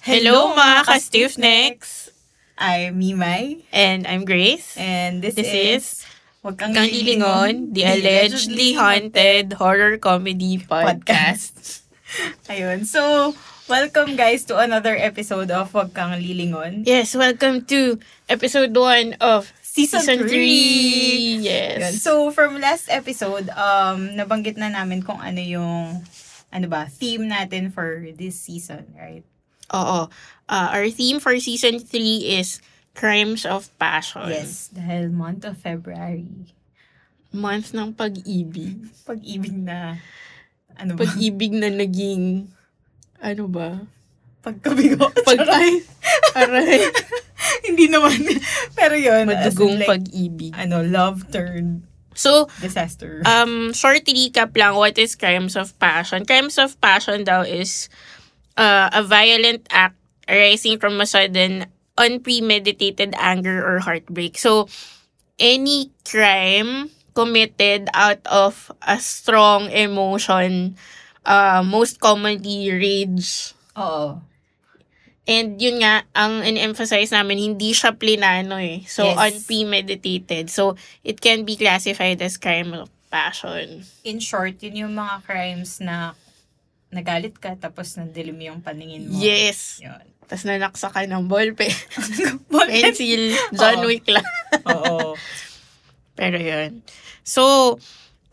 Hello, mga ka-stiffnecks! I'm Mimay. And I'm Grace. And this, This is... is Huwag Kang Lilingon, the allegedly haunted horror comedy podcast. podcast. Ayun. So, welcome guys to another episode of Huwag Kang Lilingon. Yes, welcome to episode 1 of Season season 3. three. Yun. Yes. So, from last episode, um, nabanggit na namin kung ano yung ano ba, theme natin for this season, right? Oo. Uh, our theme for season 3 is Crimes of Passion. Yes, dahil month of February. Month ng pag-ibig. Pag-ibig na, ano ba? Pag-ibig na naging, ano ba? Pagkabigo. Pag, ay, aray. Hindi naman. Pero yun. as in, Madugong like, pag-ibig. ano, love turned So, disaster. um, short recap lang, what is crimes of passion? Crimes of passion daw is uh, a violent act arising from a sudden unpremeditated anger or heartbreak. So, any crime committed out of a strong emotion, uh, most commonly rage. Oo. And yun nga, ang in-emphasize namin, hindi siya plinano eh. So, Yes. unpremeditated. So, it can be classified as crime of passion. In short, yun yung mga crimes na nagalit ka tapos nandilim yung paningin mo. Yes. Yun. Tapos nanaksa ka ng ballpen. Bakit? Pencil. John Oo. Wick lang. Oo. Pero yun. So,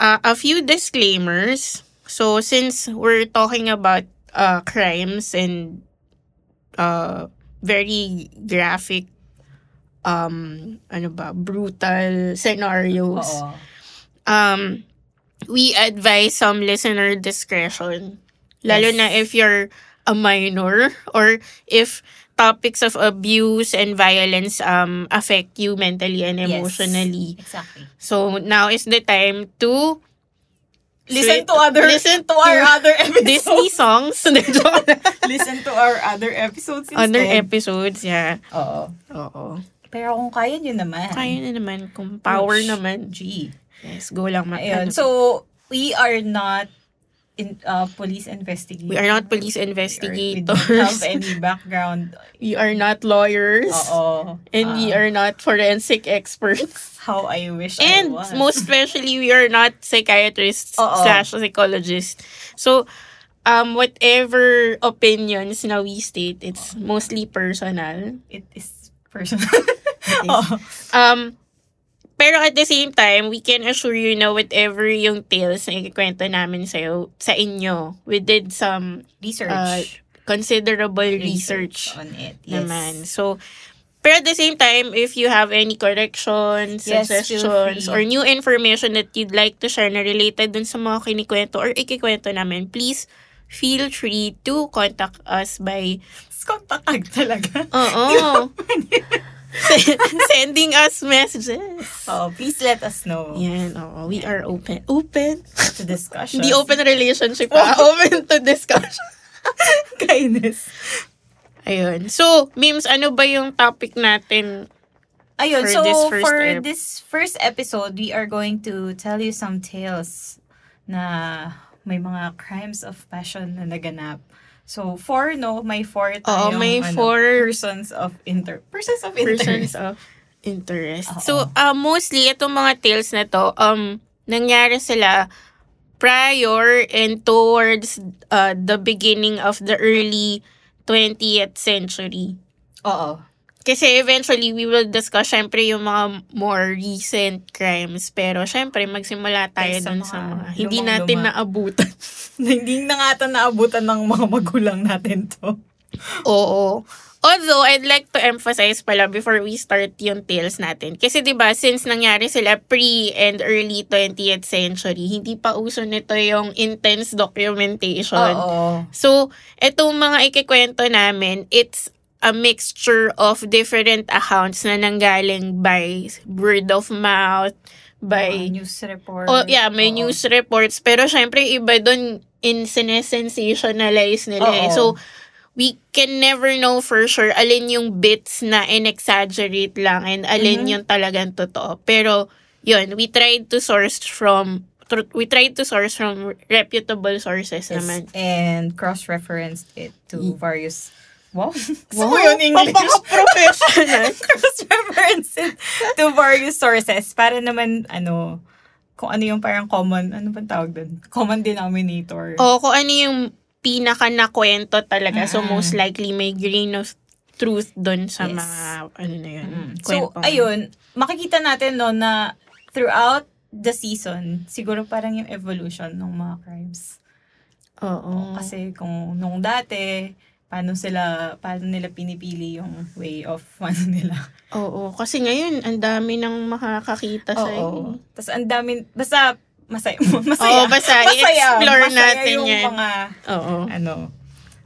uh, a few disclaimers. So, since we're talking about uh, crimes and uh, very graphic um ano ba brutal scenarios Oo. um, we advise some listener discretion. Lalo Yes. na if you're a minor or if topics of abuse and violence um affect you mentally and Yes. emotionally. Exactly. So now is the time to Sli- Listen to other listen to our to other episodes. Disney songs. listen to our other episodes instead. Other episodes, yeah. Oo. Oo. Pero kung kaya nyo naman. Kaya na naman kung power Ush. naman. G. Yes, go lang. Ma- ano. Ayun. So, we are not in uh, police investigators. we are not police We don't have investigators. any background. We are not lawyers. Oo. And we Ah, are not forensic experts. How I wish And I was. most especially, we are not psychiatrists Oo. slash psychologists. So, um, whatever opinions na we state, it's mostly personal. It is personal. is. Oh. Oo. Um, pero at the same time, we can assure you na whatever yung tales na ikikwento namin sa'yo, sa inyo, we did some Research. Uh, considerable research, on it. Yes. naman. So, pero at the same time, if you have any corrections, Yes, feel suggestions, free. or new information that you'd like to share na related dun sa mga kinikwento or ikikwento namin, please feel free to contact us by Skontakag talaga. oo, sending us messages. Oh, please let us know Yan, oo. We are open. Open? to discussion. Hindi open relationship ah. open to discussion. kindness. Ayun. So, Mims, ano ba yung topic natin? For Ayun, so this first for ep- this first episode, we are going to tell you some tales na may mga crimes of passion na naganap. So, four, no? May four Oo, tayong may ano, four persons of inter... Persons of interest. persons of interest. Oo. So, uh, mostly, itong mga tales na to, um, nangyari sila prior and towards uh, the beginning of the early 20th century. Oo. Kasi eventually, we will discuss, syempre, yung mga more recent crimes. Pero, syempre, magsimula tayo Tayo sa dun mga sa mga hindi lumang-luma. natin naabutan. Hindi na nga ata naabutan ng mga magulang natin to. Oo. Although, I'd like to emphasize pala before we start yung tales natin. Kasi 'di ba since nangyari sila pre and early 20th century, hindi pa uso nito yung intense documentation. Oo. So, itong mga ikikwento namin, it's a mixture of different accounts na nanggaling by word of mouth, by... Mga news report. Oh, yeah, may Oo. news reports. Pero syempre, iba doon in sinesensationalize nila. eh. Oo. So, we can never know for sure alin yung bits na in-exaggerate lang and alin Mhm. yung talagang totoo. Pero, yun, we tried to source from tr- we tried to source from reputable sources Yes, naman. Mm. And cross-referenced it to Y- various Wow. Wow, Papaka-professional. Cross-reference it to various sources para naman, ano, kung ano yung parang common, ano bang tawag doon? Common denominator. o kung ano yung pinaka nakwento talaga. So, Mm-mm. most likely may grain of truth doon sa Yes. mga, ano na yun, Mm. So, kwento. ayun, makikita natin no na throughout the season, siguro parang yung evolution ng mga crimes. Oo. Kasi kung nung dati, paano sila, paano nila pinipili yung way of ano nila. Oo. Kasi ngayon, ang dami nang makakakita sa Oo. Tapos ang dami, basta masaya. masaya. Oo, basta i-explore natin yung yan. mga, Oo. ano.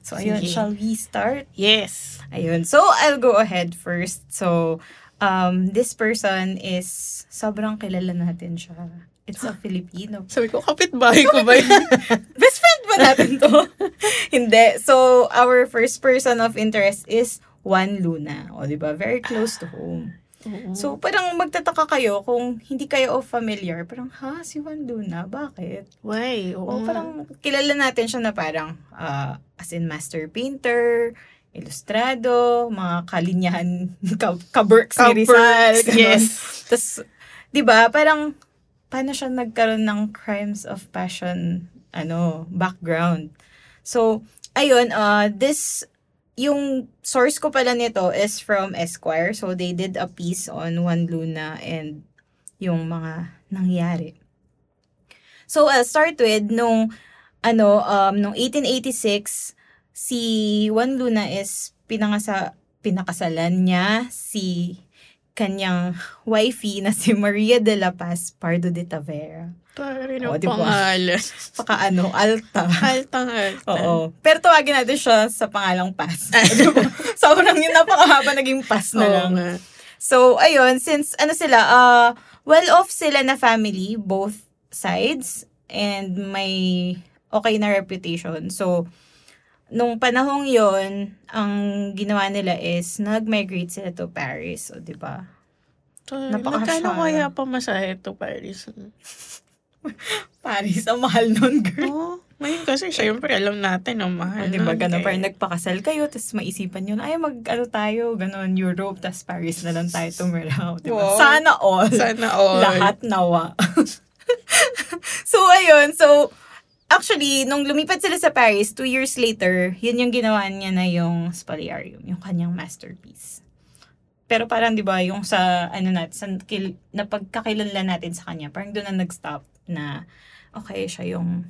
So, ayun, Sige. shall we start? Yes. Ayun. So, I'll go ahead first. So, um, this person is sobrang kilala natin siya. It's a Filipino. Sabi ko, kapitbahay ko ba yun? Best friend ba natin to? Hindi. So, our first person of interest is Juan Luna. O, di ba? Very close to home. So, parang magtataka kayo kung hindi kayo familiar. Parang, ha? Si Juan Luna? Bakit? Why? Oo. O nga. parang kilala natin siya na parang ah, as in master painter, ilustrado, mga kalinyahan, ka- kaburks ni Rizal. Upper- ganun. Yes. Tapos, di ba, diba, parang paano siya nagkaroon ng crimes of passion ano, background. So, ayun, uh, this, yung source ko pala nito is from Esquire. So, they did a piece on Juan Luna and yung mga nangyari. So, I'll start with nung, ano, um, nung 1886, si Juan Luna is pinangasa, pinakasalan niya si kanyang wifey na si Maria de la Paz Pardo de Tavera. Pare na Oo, di ba? pangalan. Paka ano, alta. Altang alta. Oo. Pero tawagin natin siya sa pangalang pass. Diba? Sobrang yun, napakahaba naging pass na Oo lang. nga. So, ayun, since ano sila, uh, well-off sila na family, both sides, and may okay na reputation. So, nung panahong yon ang ginawa nila is nag-migrate sila to Paris. O, di ba? Sorry, Napaka- Magkano kaya pamasahe to Paris? Paris, ang mahal nun, girl. Oo. Ngayon kasi, syempre, alam natin ang mahal. eh. O, di ba, nun, ganun, kaya- parang nagpakasal kayo, tapos maisipan yun, ay, mag, ano tayo, ganun, Europe, tapos Paris na lang tayo tumiraw, di ba? Wow. Sana all. Sana all. Lahat nawa. so, ayun, so, actually, nung lumipat sila sa Paris, two years later, yun yung ginawa niya na yung Spoliarium, yung kanyang masterpiece. Pero parang, di ba, yung sa, ano natin, sa kil- na pagkakilala natin sa kanya, parang doon na nag-stop na, okay, siya yung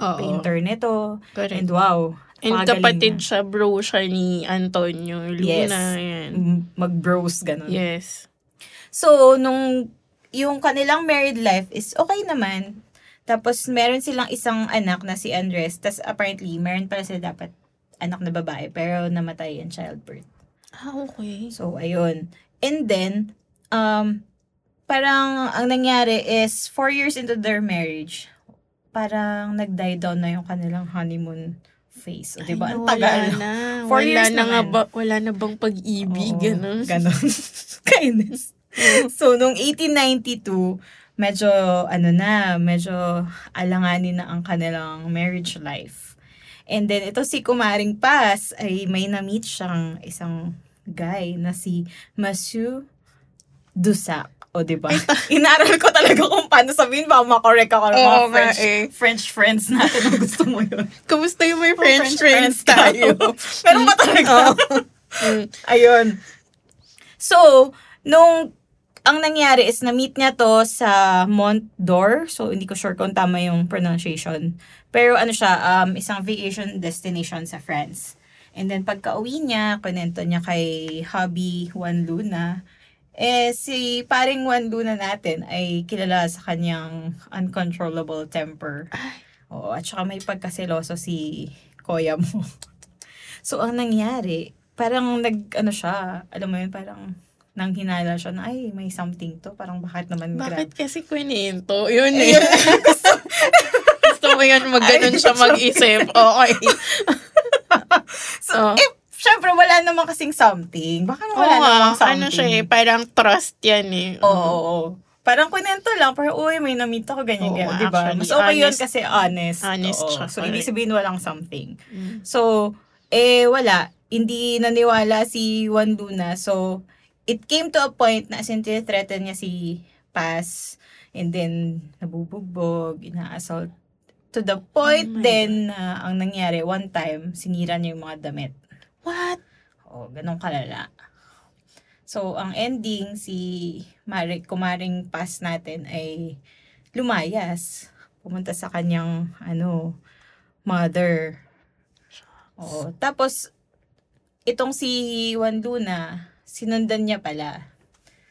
Oo. painter nito. Correct. And wow, And Napakagaling kapatid niya. siya, bro siya ni Antonio Yes. Mm. Luna. Yan. m- Mm, mag-bros, ganun. Yes. So, nung yung kanilang married life is okay naman. Tapos, meron silang isang anak na si Andres. Tapos, apparently, meron pala sila dapat anak na babae, pero namatay in childbirth. Ah, okay. So, ayun. And then, um, parang ang nangyari is four years into their marriage, parang nag-die down na yung kanilang honeymoon phase. O, diba? Ang wala tagal. na. Four wala years na nga naman. ba, wala na bang pag-ibig, Oo, ganun? Ganon. Kindness. so, nung 1892, medyo, ano na, medyo alanganin na ang kanilang marriage life. And then, ito si Kumaring Paz, ay may na-meet siyang isang guy na si Masu Dusak. O, di ba? Inaral ko talaga kung paano sabihin ba, makorek ako ng mga Oo nga French, eh. French friends natin na gusto mo yun. Kamusta yung may French, friends, tayo? Hmm. Meron ba talaga? Ayun. So, nung ang nangyari is na-meet niya to sa Mont d'Or. So, hindi ko sure kung tama yung pronunciation. Pero ano siya, um, isang vacation destination sa France. And then pagka-uwi niya, kunento niya kay hubby Juan Luna. Eh, si paring Juan Luna natin ay kilala sa kanyang uncontrollable temper. Oo, at saka may pagkaseloso si Koya mo. so, ang nangyari, parang nag, ano siya, alam mo yun, parang nang hinala siya na, ay, may something to. Parang bakit naman Bakit grab- kasi kwento? Yun eh. Gusto mo yun, mag-ganon Ay, siya mag-isip. Okay. Oh. So, eh, syempre, wala naman kasing something. Baka wala Oo nga, namang something. ano siya eh, parang trust yan eh. Oo, oo, oo. Parang kunento lang, parang, uy, may na-meet ako, ganyan, Oo, ganyan, di ba? actually, Mas okay yun honest. kasi honest. Honest Oo. siya, So, ibig correct. sabihin walang something. Mm. So, eh, wala. hindi naniwala si Juan Luna. So, it came to a point na as in threaten niya si Paz. And then, nabubugbog, ina-assault. To the point Oh my then na ang nangyari, one time, sinira niya yung mga damit. What? O, ganun kalala. So, ang ending, si Mari, kumaring pass natin ay lumayas. Pumunta sa kanyang, ano, mother. Oo. Tapos, itong si Juan Luna, sinundan niya pala.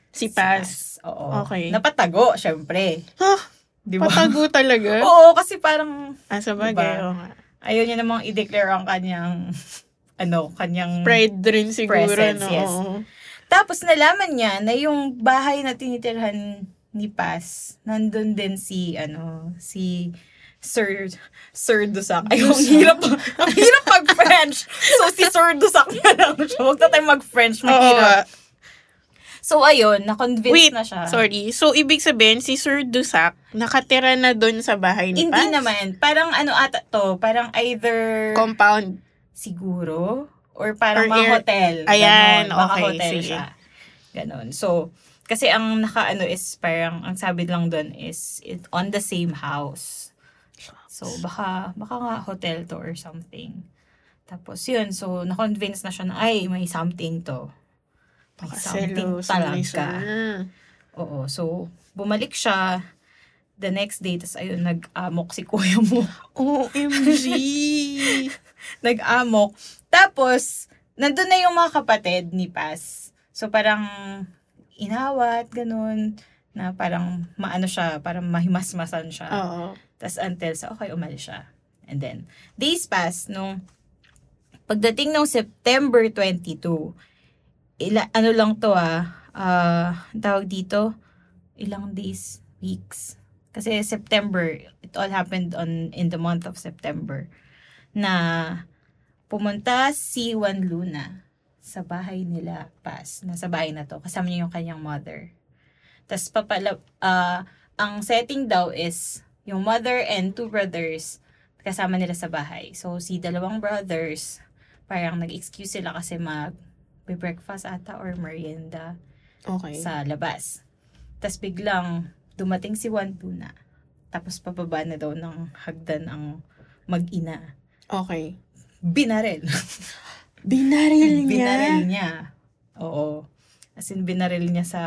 Si Si Paz. Paz. Oo. Okay. Napatago, syempre. Huh? Di ba? Patago talaga? Oo, kasi parang Ah, sa bagay, Diba? oo nga. ayaw niya namang i-declare ang kanyang, ano, kanyang... Pride rin siguro, Presence, no? yes. Oo. Tapos nalaman niya na yung bahay na tinitirhan ni Paz, nandun din si, ano, si Sir, Sir Dusak. Ay, ang hirap, ang hirap mag-French. So, si Sir Dusak na lang siya. Huwag na tayo mag-French, Oo. mahirap. So, ayun, na-convince Wait, na siya. sorry. So, ibig sabihin, si Sir Dusak, nakatira na doon sa bahay ni Hindi Paz? naman. Parang ano ata to, parang either Compound. siguro or parang Or mga air- hotel. Ayan, Ganon, baka okay, hotel sige. siya. Ganon. So, kasi ang nakaano is parang, ang sabi lang doon is it on the same house. So, baka, baka nga hotel to or something. Tapos yun, so na-convince na siya na, ay, may something to. May something Kaselos, talaga. ni Sir. Oo, so bumalik siya the next day. Tapos ayun, nag-amok si kuya mo. OMG! nag-amok. Tapos, nandun na yung mga kapatid ni Paz. So, parang inawat, ganun, na parang maano siya, parang mahimasmasan siya. Oo. Tapos until sa, okay, umalis siya. And then, days pass nung pagdating nung September 22, ila, ano lang to ah, ah, ang tawag dito, ilang days, weeks. Kasi September, it all happened on in the month of September na pumunta si Juan Luna sa bahay nila, Paz, nasa bahay na to, kasama niya yung kanyang mother. Tapos papala, ah, ang setting daw is yung mother and two brothers kasama nila sa bahay. So, si dalawang brothers, parang nag-excuse sila kasi mag breakfast ata or merienda Okay. sa labas. Tapos biglang dumating si Juan Luna. Tapos pababa na daw ng hagdan ang mag-ina. Okay. Binarel. Binaril niya. Binaril niya. Oo. As in, binaril niya sa...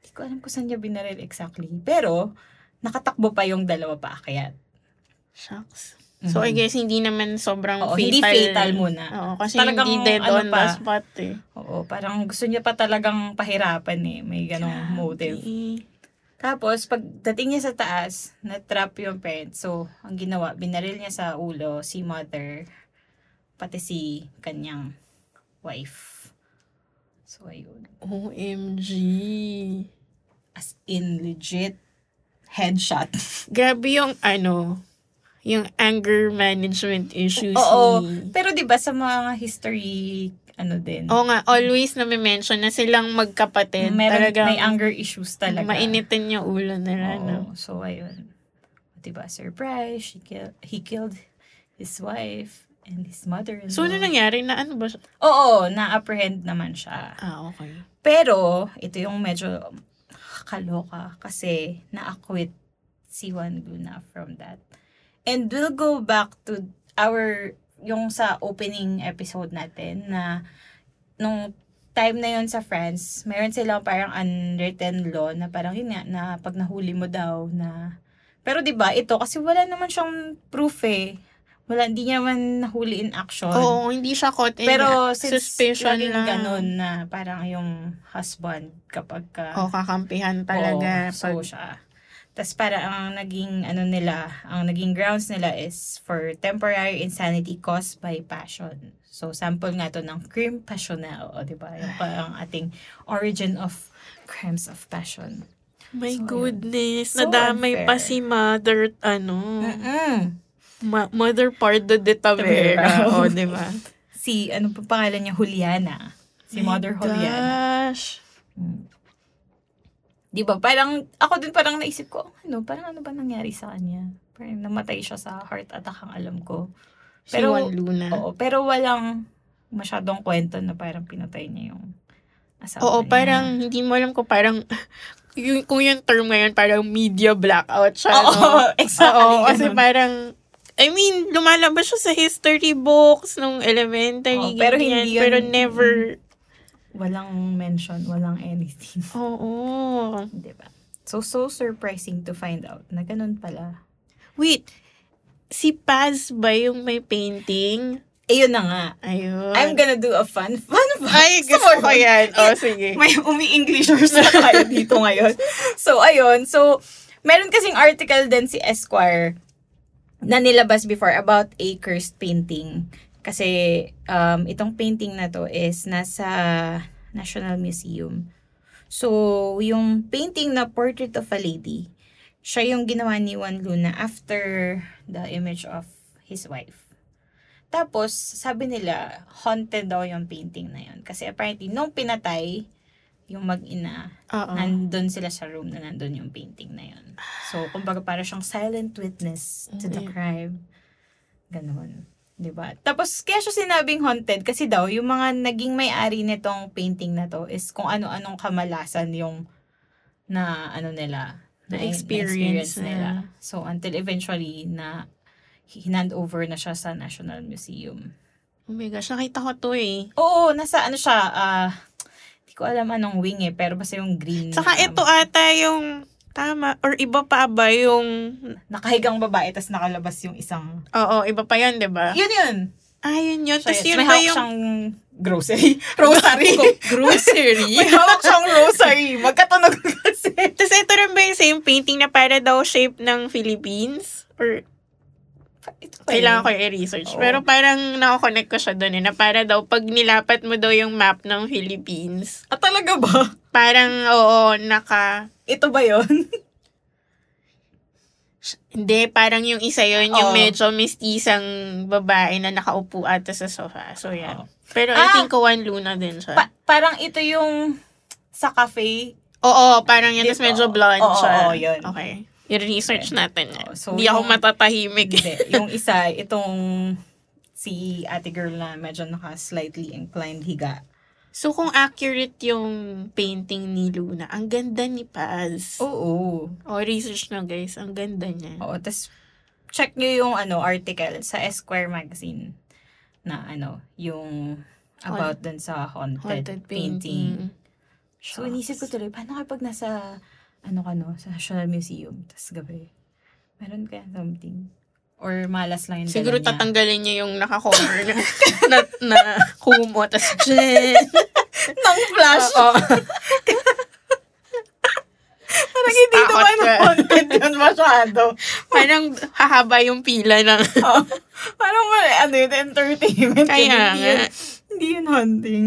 Hindi ko alam kung saan niya binaril exactly. Pero, nakatakbo pa yung dalawa paakyat. Shucks. So, I guess hindi naman sobrang Mm-hmm. Oo, fatal. hindi fatal muna. Oo, kasi Talagang hindi dead ano on pa. the spot eh. Oo, parang gusto niya pa talagang pahirapan eh. May ganong motive. Okay. Tapos, pagdating niya sa taas, na-trap yung parents. So, ang ginawa, binaril niya sa ulo si mother, pati si kanyang wife. So, ayun. OMG. As in, legit headshot. Grabe yung ano, yung anger management issues Oo. ni... Pero 'di ba sa mga history ano din, Oo nga, always na may mention na silang magkapatid. meron talagang may anger issues talaga. Mainitin yung ulo nila, no? Oo. So ayun. 'Di ba surprise, he killed he killed his wife and his mother in So, ano nangyari na ano ba? siya? Oo, na-apprehend naman siya. Ah, okay. Pero ito yung medyo ah, kaloka kasi na-acquit si Juan Luna from that. And we'll go back to our yung sa opening episode natin na nung time na yon sa France, meron silang parang unwritten law na parang yun nga, na pag nahuli mo daw na... Pero di ba ito, kasi wala naman siyang proof eh. Wala, hindi niya man nahuli in action. Oo, hindi siya caught in Pero since suspicion laging lang. ganun na parang yung husband kapag ka, O, kakampihan talaga. Oh. Oo, so siya. Tapos para ang naging ano nila, ang naging grounds nila is for temporary insanity caused by passion. So sample nga to ng crime passionnel, o di ba? Yung parang ating origin of crimes of passion. My So, yun. goodness, So nadamay pa unfair. si Mother, ano, Mm-mm. ma- Mother Pardo de Tavera. Tavera. o, di ba? Si, ano pa pangalan niya? Juliana. Si My Mother Juliana. Gosh. Di ba? Parang, ako din parang naisip ko, ano, parang ano ba nangyari sa kanya? Parang namatay siya sa heart attack ang alam ko. Si Pero- Juan Luna. Oo, pero walang, masyadong kwento na parang pinatay niya yung asawa Oo, niya. parang, hindi mo alam ko parang, yung, kung yung term ngayon, parang media blackout siya. Oo, no? exactly. Oo, kasi ganun. parang, I mean, lumalabas siya sa history books nung elementary. Oo, pero ganyan, hindi yun- Pero never, walang mention, walang anything. oo. Di ba? So, so surprising to find out na ganun pala. Wait, si Paz ba yung may painting? Ayun Eh, na nga. Ayun. I'm gonna do a fun, fun fact. Ay, gusto Sorry. ko yan. Oh, O, sige. May umi-Englishers na tayo dito ngayon. So, ayun. So, meron kasing article din si Esquire na nilabas before about a cursed painting. Kasi, um, itong painting na to is nasa National Museum. So, yung painting na Portrait of a Lady, siya yung ginawa ni Juan Luna after the image of his wife. Tapos, sabi nila, haunted daw yung painting na yun. Kasi apparently, nung pinatay, yung mag-ina, Oo. nandun sila sa room na nandun yung painting na yun. So, kumbaga para siyang silent witness to the Mm. crime. Ganun. 'Di ba? Tapos, kaya siya sinabing haunted kasi daw, yung mga naging may-ari nitong painting na to is kung ano-anong kamalasan yung na ano nila, na Na-experience experience nila. So, until eventually na hinand over na siya sa National Museum. Oh my gosh, nakita ko to eh. Oo, nasa ano siya, ah, hindi ko alam anong wing eh, pero basta yung green. Saka na- ito ata yung tama or iba pa ba yung Nakahigang babae, tas nakalabas yung isang... Oo, iba pa 'yun, 'di ba? Yun yun! Ah, yun yun. Tapos Siya yun yun. May ba hawak yung siyang grocery. Rosary. grocery? May hawak siyang rosary. Magkatunog kasi. Tapos ito rin ba yung same painting na para daw shape ng Philippines? Or Ito pa kailangan ko yun. i-research. Oo. Pero parang nakakonect ko siya doon eh, na para daw pag nilapat mo daw yung map ng Philippines, Ah, talaga ba? parang oo, naka... Ito ba yun? Hindi, parang yung isa yun, yung Oo. medyo mistisang babae na nakaupo ata sa sofa. So, yeah. Oo. Pero I Ah! think Juan Luna din siya. Pa- parang ito yung sa cafe. Oo, parang yun. Tapos Di- medyo oo. blonde Oo, siya. oo, yun. Okay. I-research natin yan. Oo, so Hindi ako yung- matatahimik. Hindi. Yung isa, itong si ate girl na medyo naka slightly inclined higa. so, kung accurate yung painting ni Luna, ang ganda ni Paz. Oh, Oo. research na guys. Ang ganda niya. Oo, tas check nyo yung ano article sa Esquire magazine na ano, yung about dun sa haunted, Haunted painting. painting. So, inisip ko tuloy, paano kapag nasa, ano ka no, sa National Museum, tas gabi, meron kaya something? Or malas lang yung dala Siguro niya. tatanggalin niya yung nakacover na, na, na kumo. Tapos, Jen! Nang flash! Oo. Parang hindi Takot naman ka. haunted yun masyado. Parang hahaba yung pila ng... Oo. Parang mali, ano yun, entertainment. Kaya yun, hindi nga. yun, hindi yun haunting.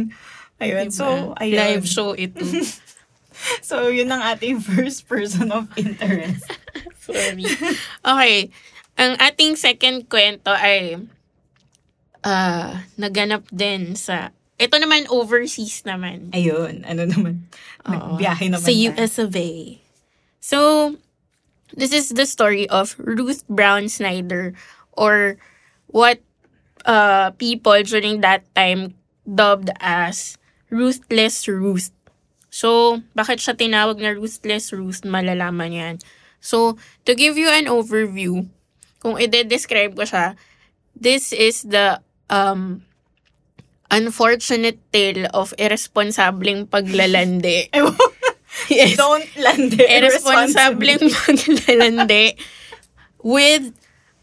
Ayun, so, Diba? ayun. Live show ito. So, yun ang ating first person of interest. Sorry. Okay. Ang ating second kwento ay ah naganap din sa... Ito naman, overseas naman. Ayun, ano naman. Oo. Nagbiyahe naman Sa tayo. US of A. So, this is the story of Ruth Brown Snyder or what uh, people during that time dubbed as Ruthless Ruth. So, bakit siya tinawag na Ruthless Ruth? Malalaman yan. So, to give you an overview, kung i-describe ko siya, this is the um, unfortunate tale of irresponsableng paglalande. Ewan. yes. Don't land it. Irresponsableng paglalande with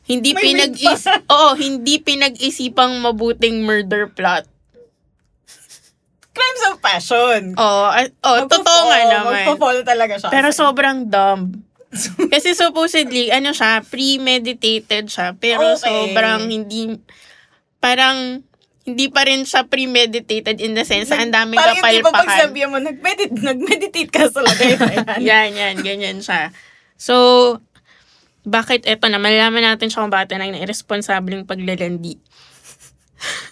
hindi May pinag weed pa. Oo, hindi pinag-isipang mabuting murder plot. Crimes of passion. Oo, oh, oh, totoo nga naman. Magpo-fall talaga siya. Pero sobrang dumb. Kasi supposedly, ano siya, premeditated siya. Pero Okay. sobrang hindi, parang, hindi pa rin siya premeditated in the sense, na ang daming Parang hindi pa pag kapalpakan. sabihan mo, nag-meditate, nag-meditate ka sa lagay na yan. yan, yan, ganyan siya. So, bakit eto na, malalaman natin siya kung bakit nang irresponsableng paglalandi.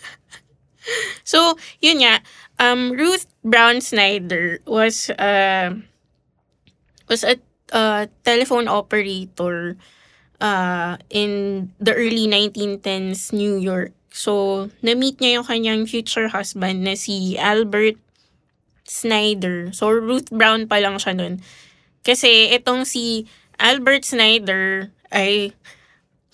so, yun nga, um, Ruth Brown Snyder was, uh, was a uh, telephone operator uh, in the early 1910s New York. So, na-meet niya yung kanyang future husband na si Albert Snyder. So, Ruth Brown pa lang siya nun. Kasi itong si Albert Snyder ay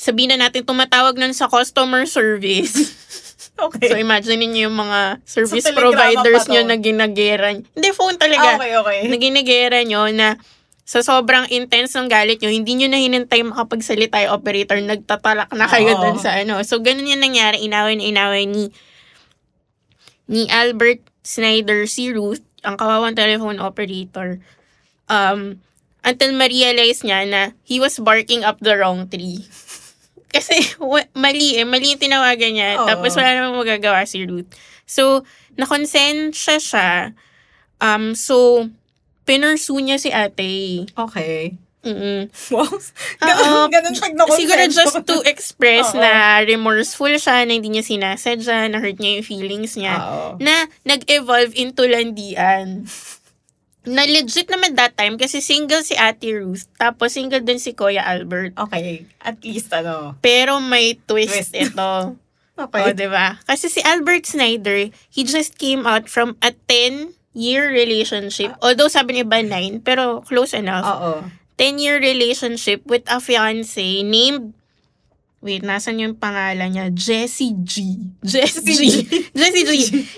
sabihin na natin tumatawag nun sa customer service. Okay. So, imagine niyo yung mga service Telegrama providers pa to. nyo na ginagera niyo. Hindi, phone talaga Ah, okay, okay. na ginagera nyo na sa sobrang intense ng galit nyo, hindi nyo na hinintay makapagsalita yung operator, nagtatalak na kayo Oo. dun sa ano. So, ganun yung nangyari, inaway na inaway ni, ni Albert Snyder, si Ruth, ang kawawang telephone operator. Um, until ma-realize niya na he was barking up the wrong tree. Kasi wa- mali eh, mali yung tinawagan niya. Oo. Tapos wala namang magagawa si Ruth. So, nakonsensya siya. Um, so, pinursue niya si ate. eh. Okay. Mm-mm. Wow. Ganun, ganun pag nakonsensya. Siguro just to express Oo. na remorseful siya, na hindi niya sinasadya, na hurt niya yung feelings niya. Oo. Na nag-evolve into landian. na legit naman that time kasi single si Ate Ruth, tapos single din si Kuya Albert. Okay. At least, ano. Oh, Pero may twist, Twist. ito. O, Okay. diba? Kasi si Albert Snyder, he just came out from a 10-year relationship. Although sabi ni iba 9, pero close enough. Oo. 10-year relationship with a fiancé named Wait, nasan yung pangalan niya? Jessie G. Jessie G. Jessie G.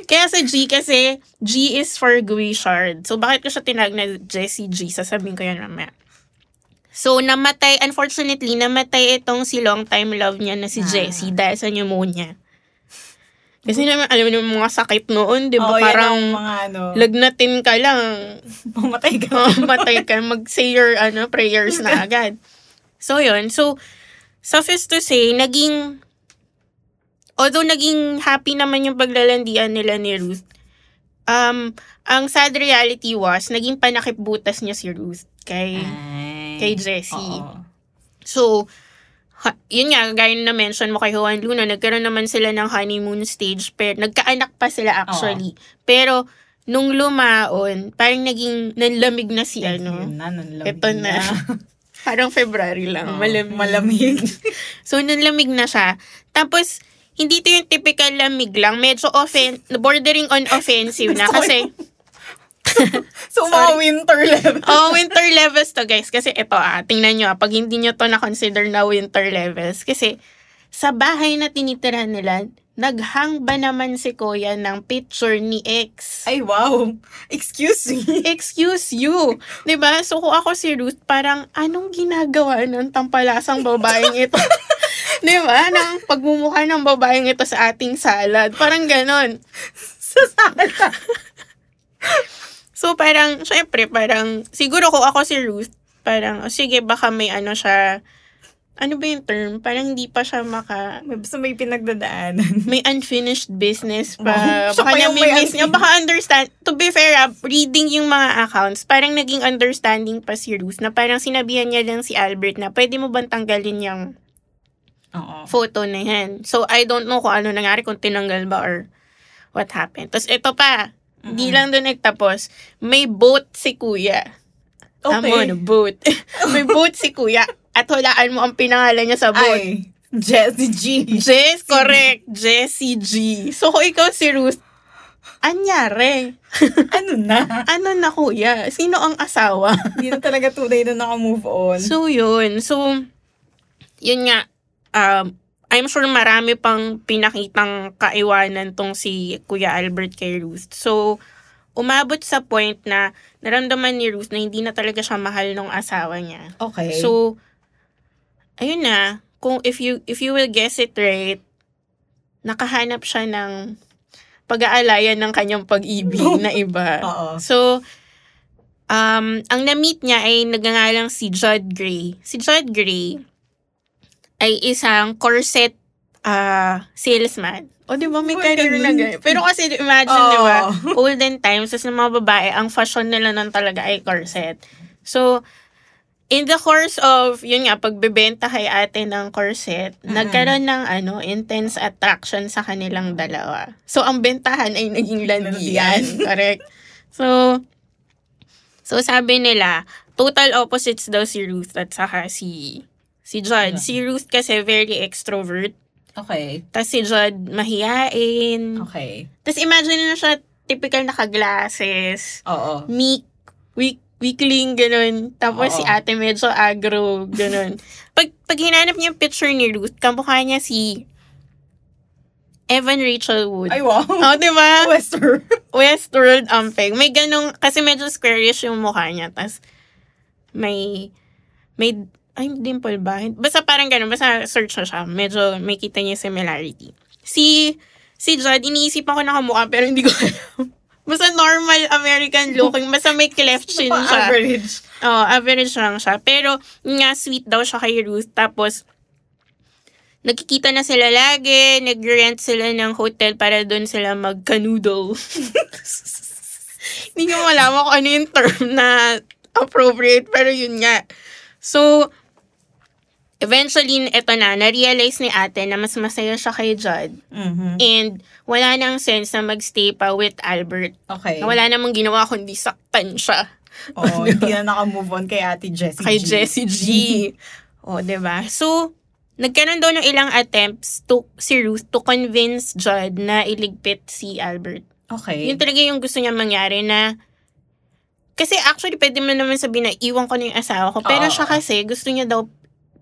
Kaya sa G kasi G is for Guichard. So, bakit ko siya tinag na Jessie G? Sasabihin ko yan mamaya. So, namatay, unfortunately, namatay itong si long-time love niya na si Ah. Jessie dahil sa pneumonia. Kasi naman, alam mo yung mga sakit noon, di ba? Oo, oh, yan Parang ang mga ano. lagnatin ka lang. Mamatay ka. Oh, matay ka, mag-say your ano, prayers na agad. So, yun. So, suffice to say, naging, although naging happy naman yung paglalandian nila ni Ruth, um, ang sad reality was, naging panakip butas niya si Ruth kay, kay Kay Jessie. So, ha, yun nga, gaya na mention mo kay Juan Luna, nagkaroon naman sila ng honeymoon stage, pero nagkaanak pa sila actually. Pero, nung lumaon, parang naging nanlamig na si ano. na, nanlamig Ito na. parang February Ah, lang, malamig. Malamig. So, nanlamig na siya. Tapos, hindi to yung typical lamig lang. Medyo offen- bordering on offensive na. Kasi, so, mga winter level. oh, winter levels to guys. Kasi ito ah, tingnan nyo ah, pag hindi nyo to na-consider na winter levels. Kasi sa bahay na tinitira nila, naghang ba naman si Kuya ng picture ni ex? Ay, wow. Excuse me. Excuse you. 'Di ba? So kung ako si Ruth, parang anong ginagawa ng tampalasang babaeng ito? 'Di ba? Nang pagmumukha ng babaeng ito sa ating salad. Parang ganon. Sa sala. So, parang, syempre, parang, siguro kung ako si Ruth, parang, oh, sige, baka may ano siya, ano ba yung term? Parang hindi pa siya maka, May, so, may pinagdadaanan. may unfinished business pa. Oh, siya baka pa yung may nami-miss niya, unfinished. baka understand. To be fair, ah, reading yung mga accounts, parang naging understanding pa si Ruth na parang sinabihan niya lang si Albert na pwede mo bang tanggalin yung Oo. photo na yan. So, I don't know kung ano nangyari, kung tinanggal ba or what happened. Tapos, ito pa, hindi lang doon nagtapos. May boat si kuya. I'm on a boat. May boat si kuya. At hulaan mo ang pinangalan niya sa boat. Ay, Jessie G. Jess, correct. Jessie G. So, kung ikaw si Ruth, anyari? ano na? Ano na kuya? Sino ang asawa? Hindi na talaga tunay na naka-move on. So, yun. So, yun nga. Um, I'm sure marami pang pinakitang kaiwanan tong si Kuya Albert kay Ruth. So, umabot sa point na naramdaman ni Ruth na hindi na talaga siya mahal ng asawa niya. okay. So, ayun na. Kung if you if you will guess it right, nakahanap siya ng pag-aalayan ng kanyang pag-ibig na iba. Oo. So, um, ang na-meet niya ay nagngangalang si Judd Gray. Si Judd Gray ay isang corset ah, salesman. O, di ba? May Uy, career na ganun. ganyan. Pero kasi, imagine, Oo. di ba? Olden times, tas ng mga babae, ang fashion nila nun talaga ay corset. So, in the course of, yun nga, pagbebenta kay ate ng corset, nagkaroon ng, ano, intense attraction sa kanilang dalawa. So, ang bentahan ay naging landian. Landian. Correct. So, so sabi nila, total opposites daw si Ruth at saka si si Judd. Si Ruth kasi very extrovert. Okay. Tapos si Jod mahiyain. Okay. Tapos imagine na siya, typical nakaglasses, Oo. meek, weak, weakling, ganun. Tapos Oo. si ate medyo agro, ganun. pag, pag hinanap niya yung picture ni Ruth, kamukha niya si Evan Rachel Wood. Ay, wow. Oh, di ba? Western. Westworld Ampeg. May ganong, kasi medyo squarish yung mukha niya. Tapos, may, may, ay, dimple ba? Basta parang ganun. Basta search na siya. Medyo may kita niya similarity. Si, si Judd, iniisip ako na kamukha, pero hindi ko alam. Basta normal American looking. Basta may cleft chin Pang siya. average. Oo, average lang siya. Pero, yun nga, sweet daw siya kay Ruth. Tapos, nakikita na sila lagi, nag-rent sila ng hotel para doon sila magka-noodle. Hindi ko malaman kung ano yung term na appropriate, pero yun nga. So, eventually, eto na, na-realize ni ate na mas masaya siya kay Judd. Mm-hmm. Mhm. And, wala nang sense na magstay pa with Albert. Okay. Na wala namang ginawa kundi saktan siya Oo, hindi na naka-move on kay Ate Jessie kay G. Jessie G. o, di ba? So, nagkaroon daw ng ilang attempts to si Ruth to convince Judd na iligpit si Albert. Okay. Yun talaga yung gusto niya mangyari na kasi actually pwede mo naman sabihin na iwan ko na yung asawa ko. Pero Oo. siya kasi gusto niya daw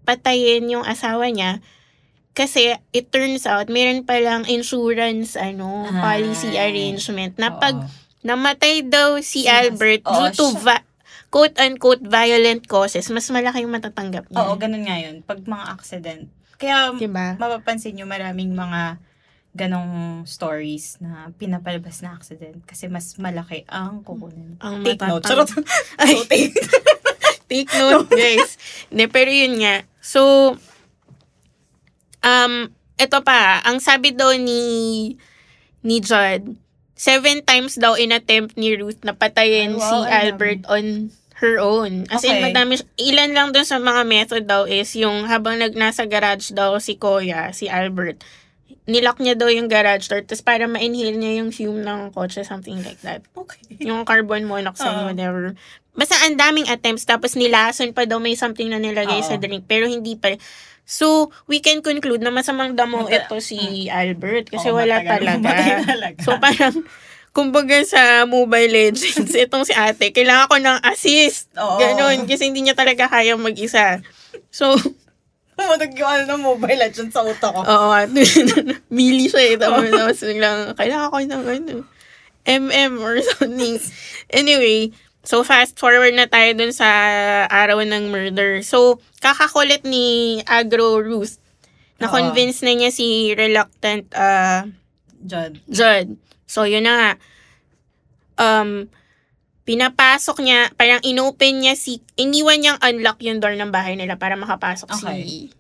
patayin yung asawa niya kasi it turns out meron palang insurance ano Ay. policy arrangement na Oo. pag Namatay daw si Sinas- Albert Oo, due to siya- va- quote-unquote violent causes. Mas malaki yung matatanggap niya. Oo, ganun nga yun. Pag mga accident. Kaya Diba? mapapansin nyo maraming mga ganong stories na pinapalabas na accident kasi mas malaki ang kukunin. Ang Take note. matatang- Charot. Hmm. Ay. So, take Take note, guys. De, pero yun nga. So, um, eto pa. Ang sabi daw ni ni Judd, seven times daw inattempt ni Ruth na patayin Ay, wow, si ang dami. Albert on her own. As in, Okay. madami, si- ilan lang dun sa mga method daw is yung habang nag, nasa garage daw si Koya, si Albert, nilock niya daw yung garage door tapos para ma-inhale niya yung fume ng kotse, something like that. Okay. Yung carbon monoxide, Oo. whatever. Basta ang daming attempts. Tapos nilason pa daw may something na nilagay Oo. sa drink. Pero hindi pa. So, we can conclude na masamang damo Mata- Hmm. ito si Albert. Kasi Oo, wala matagal- talaga. Matay talaga. So, parang, kumbaga sa Mobile Legends, itong si ate, kailangan ko ng assist. Oo. Ganon. Kasi hindi niya talaga kaya mag-isa. So, Pumatag yung ano ng Mobile Legends sa utak ko. oo. at- Mili siya eh. Tapos, tapos biglang, kailangan ko ng ano, MM or something. Anyway, so fast forward na tayo dun sa araw ng murder. So, kakakulit ni Agro Ruth. Na-convince na niya si reluctant uh, Jod. Judd. So, yun na nga. Um, pinapasok niya, parang inopen niya si, iniwan niyang unlock yung door ng bahay nila para makapasok si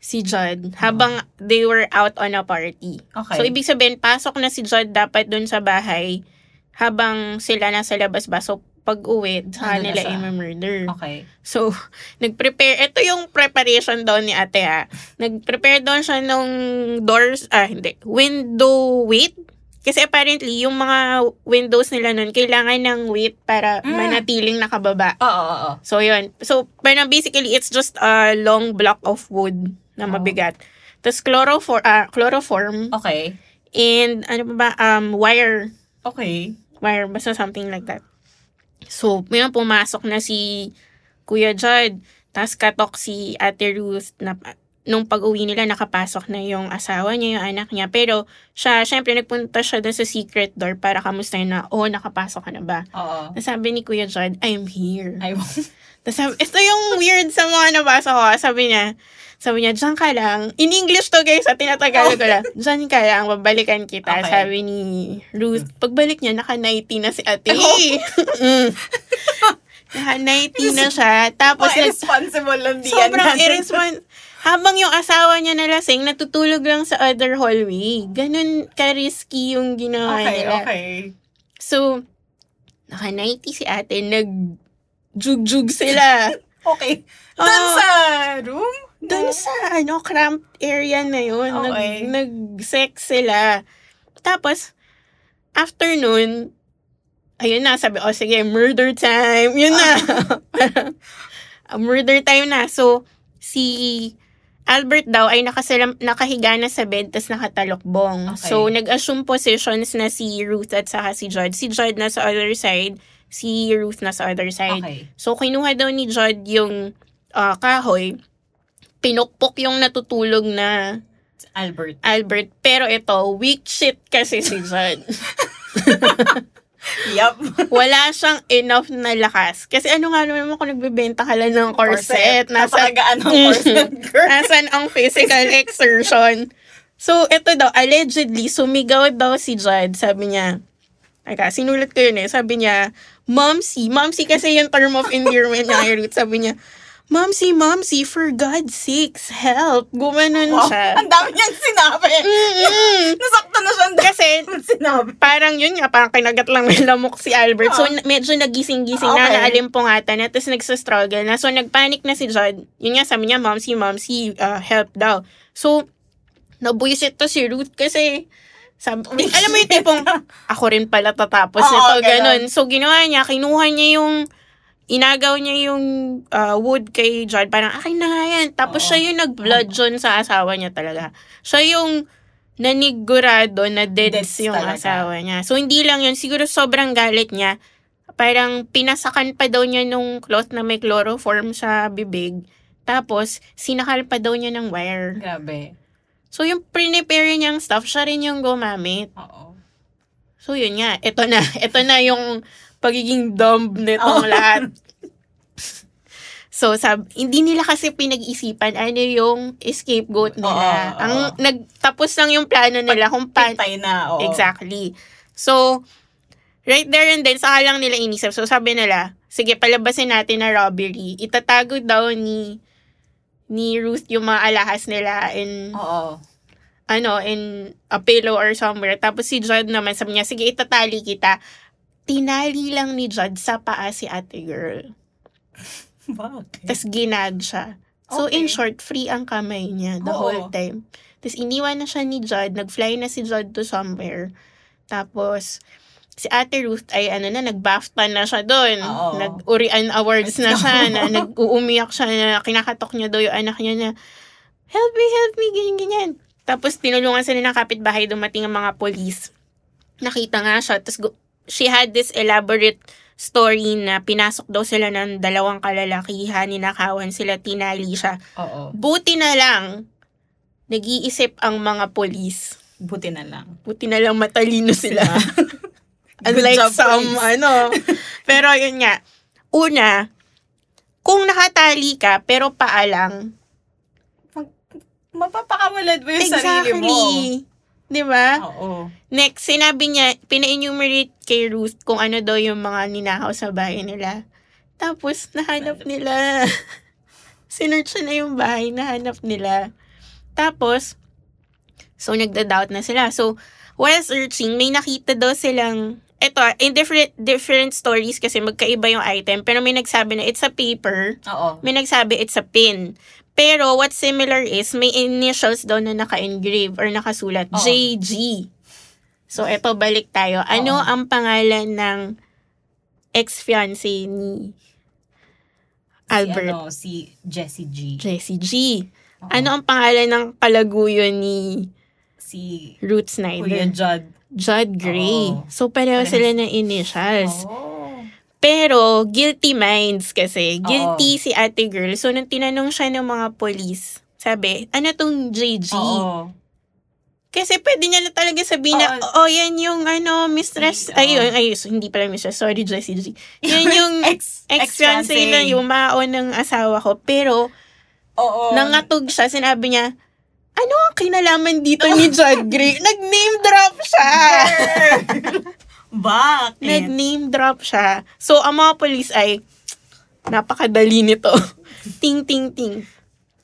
si Judd habang they were out on a party. Ah. Okay. So, ibig sabihin, pasok na si Judd dapat dun sa bahay habang sila nasa labas ba. So, pag uwi, saka Ano na nila siya? i-murder. Okay. So, nag-prepare. Ito yung preparation daw ni ate ha. Nag-prepare daw siya ng doors, ah hindi, window weight. Kasi apparently, yung mga windows nila nun, kailangan ng weight para Mm. manatiling nakababa. Oo, oo, oo. So, yun. So, parang basically, it's just a long block of wood na Oo. mabigat. Tapos chloroform, ah, chloroform Okay. and ano pa ba, um, wire Okay. wire, basta something like that. So, yun, pumasok na si Kuya Judd. Tapos katok si Ate Ruth na nung pag-uwi nila, nakapasok na yung asawa niya, yung anak niya. Pero siya, syempre, nagpunta siya doon sa secret door para kamustahin na, oh, nakapasok ka na ba? Oo. Tapos sabi ni Kuya Judd, I'm here. Ay, wow. Tapos sabi, ito yung weird sa mga nabasa ko. Sabi niya, sabi niya, dyan ka lang. In English to guys, sa tinatagalog ko lang. Dyan ka lang, babalikan kita. Okay. Hmm. Sabi ni Ruth, pagbalik niya, naka-90 na si ate. Oh. Mm. naka-90 na siya. Tapos, Mga nag- irresponsible lang diyan. sobrang irresponsible. Habang yung asawa niya nalasing, natutulog lang sa other hallway. Ganun ka-risky yung ginawa Okay, nila. okay. So, naka-90 si ate, nag-jug-jug sila. Okay. Oo. Doon sa room? Doon Ah. sa, ano, cramped area na yun, Okay. nag, nag-sex sila. Tapos, after nun, ayun na, sabi, oh, sige, murder time. ah, Yun na. Parang, ah, murder time na. So, si Albert daw ay nakasalam, nakahiga na sa bed tas nakatalokbong. Okay. So, nag-assume positions na si Ruth at saka si Judd. Si Judd na sa other side, si Ruth na sa other side. Okay. So, kinuha daw ni Judd yung ah, kahoy, pinukpok yung natutulog na Albert. Albert. Pero ito, weak shit kasi si Judd. Yup. Wala siyang enough na lakas. Kasi ano nga naman kung nagbebenta ka lang ng corset, nasa, Napakagaan ng corset, girl. nasan ang physical exertion. So, ito daw, allegedly, sumigaw daw si Judd. Sabi niya, Teka, sinulat ko yun eh. Sabi niya, Momsy. Momsy kasi yung term of endearment niya kay Ruth. Sabi niya, Momsy, Momsy, for God's sakes, help. Gumanon Wow. siya. Ang dami niyang sinabi. Mm-mm. Nasaktan na siya. Ang dami Kasi, niyang sinabi. parang yun nga, parang kinagat lang may lamok si Albert. So, Ah. na- medyo nagising-gising na, Okay. naalimpungatan na, tapos nagsastruggle na. So, nagpanic na si John. Yun nga, sabi niya, Momsy, Momsy, uh, help daw. So, nabuisit to si Ruth kasi, sabi, Di- alam mo yung tipong, ako rin pala tatapos Oo, nito, ganun. ganun. So, ginawa niya, kinuha niya yung, inagaw niya yung uh, wood kay John. Parang, akin na nga yan. Tapos Oo. siya yung nag-blood John sa asawa niya talaga. Siya yung nanigurado na deads, Deads yung talaga. asawa niya. So, hindi lang yun. Siguro sobrang galit niya. Parang pinasakan pa daw niya nung cloth na may chloroform sa bibig. Tapos, sinakal pa daw niya ng wire. Grabe. So, yung prepare niyang stuff, siya rin yung gumamit. Oo. So, yun nga. Ito na. Ito na yung pagiging dumb nitong Oh. lahat. So, sab hindi nila kasi pinag-isipan ano yung scapegoat nila. Oo, oo. Ang nagtapos lang yung plano nila kung paano. Pintay na. Oo. Exactly. So, right there and then, saka lang nila inisip. So, sabi nila, sige, palabasin natin na robbery. Itatago daw ni ni Ruth yung mga alahas nila and Oo. ano, in a pillow or somewhere. Tapos si Judd naman, sabi niya, sige, itatali kita. Tinali lang ni Judd sa paa si ate girl. Bakit? Tapos ginag siya. So, Okay. in short, free ang kamay niya the Oo. whole time. Tapos iniwan na siya ni Judd. Nag-fly na si Judd to somewhere. Tapos, si Ate Ruth ay ano na, nag-BAFTA na siya doon. Oo. Nag-Urian Awards na siya. na, nag-uumiyak siya na kinakatok niya daw yung anak niya na, help me, help me, ganyan, ganyan. Tapos tinulungan sila ng kapitbahay, dumating ang mga polis. Nakita nga siya. Tapos gu- she had this elaborate story na pinasok daw sila ng dalawang kalalakihan, ninakawan sila, tinali siya. Oo. Buti na lang, nag-iisip ang mga polis. Buti na lang. Buti na lang matalino sila. Diba? Unlike job, some, police. ano. Pero yun nga, una, kung nakatali ka, pero paa lang. Mapapakawalad mo yung sarili mo. Exactly. Di ba? Oo. Next, sinabi niya, pina-enumerate kay Ruth kung ano daw yung mga ninakaw sa bahay nila. Tapos, nahanap nila. Sinerch na yung bahay, nahanap nila. Tapos, so nagda-doubt na sila. So, while searching, may nakita daw silang, eto, ah, in different, different stories kasi magkaiba yung item, pero may nagsabi na it's a paper, Oo. may nagsabi it's a pin. Pero what's similar is may initials daw na naka-engrave or nakasulat. Oo. JG. So, eto, balik tayo. Ano Oo. ang pangalan ng ex-fiancé ni Albert? Si, ano, si Jessie G. Jessie G. Oo. Ano ang pangalan ng palaguyo ni Si Ruth Kuya Snyder? Judd. Judd Gray. Oo. So, pareho Pareho. sila ng initials. Oo. Pero, guilty minds kasi. Oo. Guilty si ate girl. So, nung tinanong siya ng mga polis, sabi, ano tong JG? Oo. Kasi pwede niya na talaga sabihin na, oh, yan yung ano, mistress. Ay, Ayun, oo. ayun. So, hindi pala mistress. Sorry, Jessie G. Yan yung Ex, ex-fiancé na yumao ng asawa ko. Pero, Oo. Nangatog siya, sinabi niya, ano ang kinalaman dito ni Judd Gray? Nag-name drop siya! Bakit? Nag-name drop siya. So, ang mga polis ay, napakadali nito. ting, ting, ting.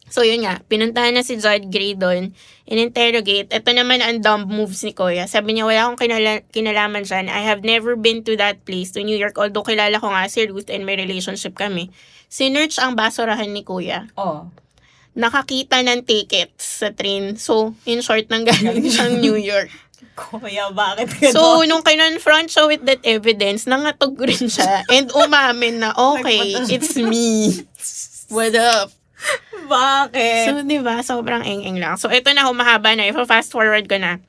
So, yun nga, pinuntahan na si Judd Gray doon, in-interrogate. Ito naman ang dumb moves ni Kuya. Sabi niya, wala akong kinala- kinalaman dyan. I have never been to that place, to New York, although kilala ko nga si Ruth and may relationship kami. Sinerch ang basurahan ni Kuya Oo. nakakita ng tickets sa train. So, in short, nanggaling siyang New York. Kuya, bakit So, nung kinonfront siya with that evidence, nangatog rin siya. And umamin na, okay, it's me. What up? Bakit? So, di ba? Sobrang eng-eng lang. So, ito na, humahaba na. If fast forward ko na.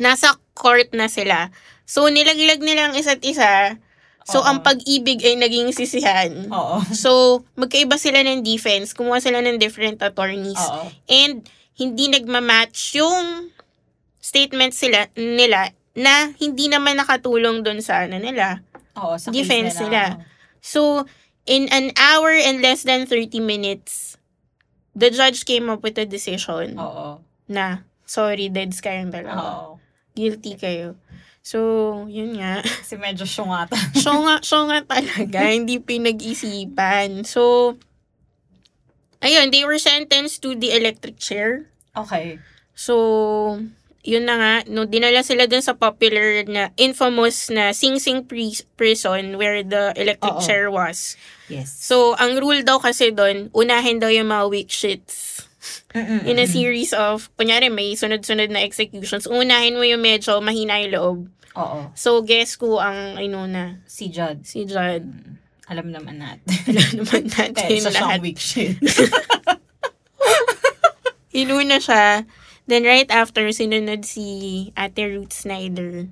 Nasa court na sila. So, nilaglag nila ang isa't isa. So, Oo. ang pag-ibig ay naging sisihan. Oo. So, magkaiba sila ng defense. Kumuha sila ng different attorneys. Oo. And, hindi nagmamatch yung statement sila, nila na hindi naman nakatulong doon sa ano nila. Oo, sa Defense case nila. So, in an hour and less than 30 minutes, the judge came up with a decision Oo. na, sorry, deads kayong dalawa. Oo. Guilty kayo. So, yun nga. Kasi medyo syungata. So nga, so nga talaga, hindi pinag-isipan. So, ayun, they were sentenced to the electric chair. Okay. So, yun na nga, no, dinala sila dun sa popular na, infamous na Sing Sing pri- prison where the electric Oo. chair was. Yes. So, ang rule daw kasi doon, unahin daw yung mga weak shits. In a Mm-hmm. series of, kunyari may sunod-sunod na executions, unahin mo yung medyo mahina yung loob. Oo. So, guess ko ang, ano na, Si Judd. si Judd. Alam naman natin. Alam naman Kaya natin Eh, isa lahat. siyang weak shit. Inuna siya. Then right after, sinunod si Ate Ruth Snyder.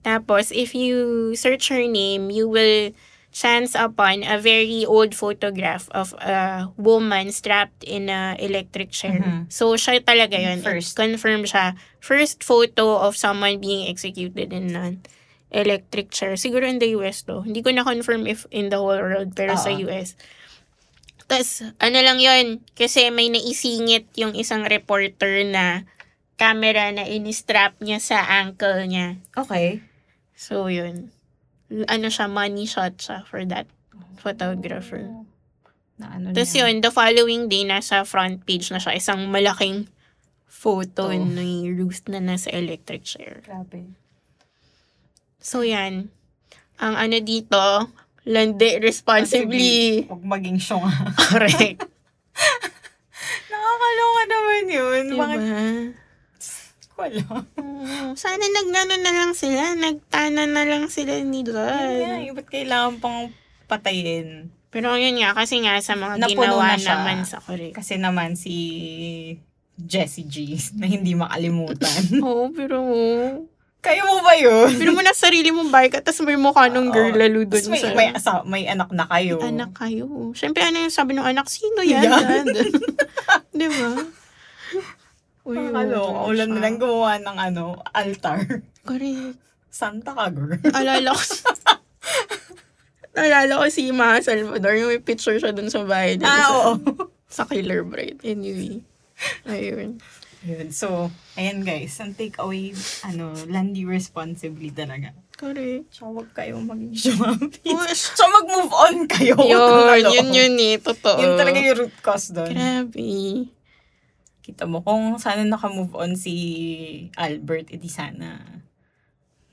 Tapos, if you search her name, you will chance upon a very old photograph of a woman strapped in a electric chair. Mhm. So, siya talaga yun. First. Confirm siya. First photo of someone being executed in an electric chair. Siguro in the US to. Hindi ko na-confirm if in the whole world, pero sa Oo. US. Tapos, ano lang yon kasi may naisingit yung isang reporter na camera na inistrap niya sa ankle niya. Okay. So, yun. L- Ano siya, money shot siya for that photographer. Na ano Tapos niya. yun, the following day, nasa front page na siya, isang malaking photo Photo. ni Ruth na nasa electric chair. Grabe. So, yan. Ang ano dito, landi responsibly. Huwag maging syunga. Correct. Nakakaloka naman yun. Bakit? diba? Wala. Oo. Sana nagano na lang sila, nagtana na lang sila ni Yan, God. eh, ba't kailangan pang patayin? Pero yun nga, kasi nga sa mga Napuno ginawa na siya. naman sa Korea. Kasi naman si Jessie G na hindi makalimutan. Oo, pero Kayo mo ba yun? Pero mo na sarili mong bahay ka, tapos may mukha nung girl Oo. lalo dun Tapos may, sa... may, asa, may anak na kayo. anak kayo. Siyempre, ano yung sabi ng anak? Sino yan? Yan. Di ba? Uy, oo, Nakakaloka. ganun Ulan na siya. lang gumawa ng ano, altar. Correct. Santa ka, girl. Alala ko si... Alala ko si Ma Salvador, yung may picture siya dun sa bahay. niya. ah, Sa- oo. sa Killer Bride. Anyway. Ayun. Yun. So, ayan guys. Ang takeaway, ano, landi responsibly talaga. Correct. Tsaka huwag kayong maging sumapit. Push. Tsaka mag-move on kayo. Yun, Talo. yun yun eh. Totoo. Yun talaga yung root cause doon. Grabe. Kita mo, kung sana naka-move on si Albert, edi sana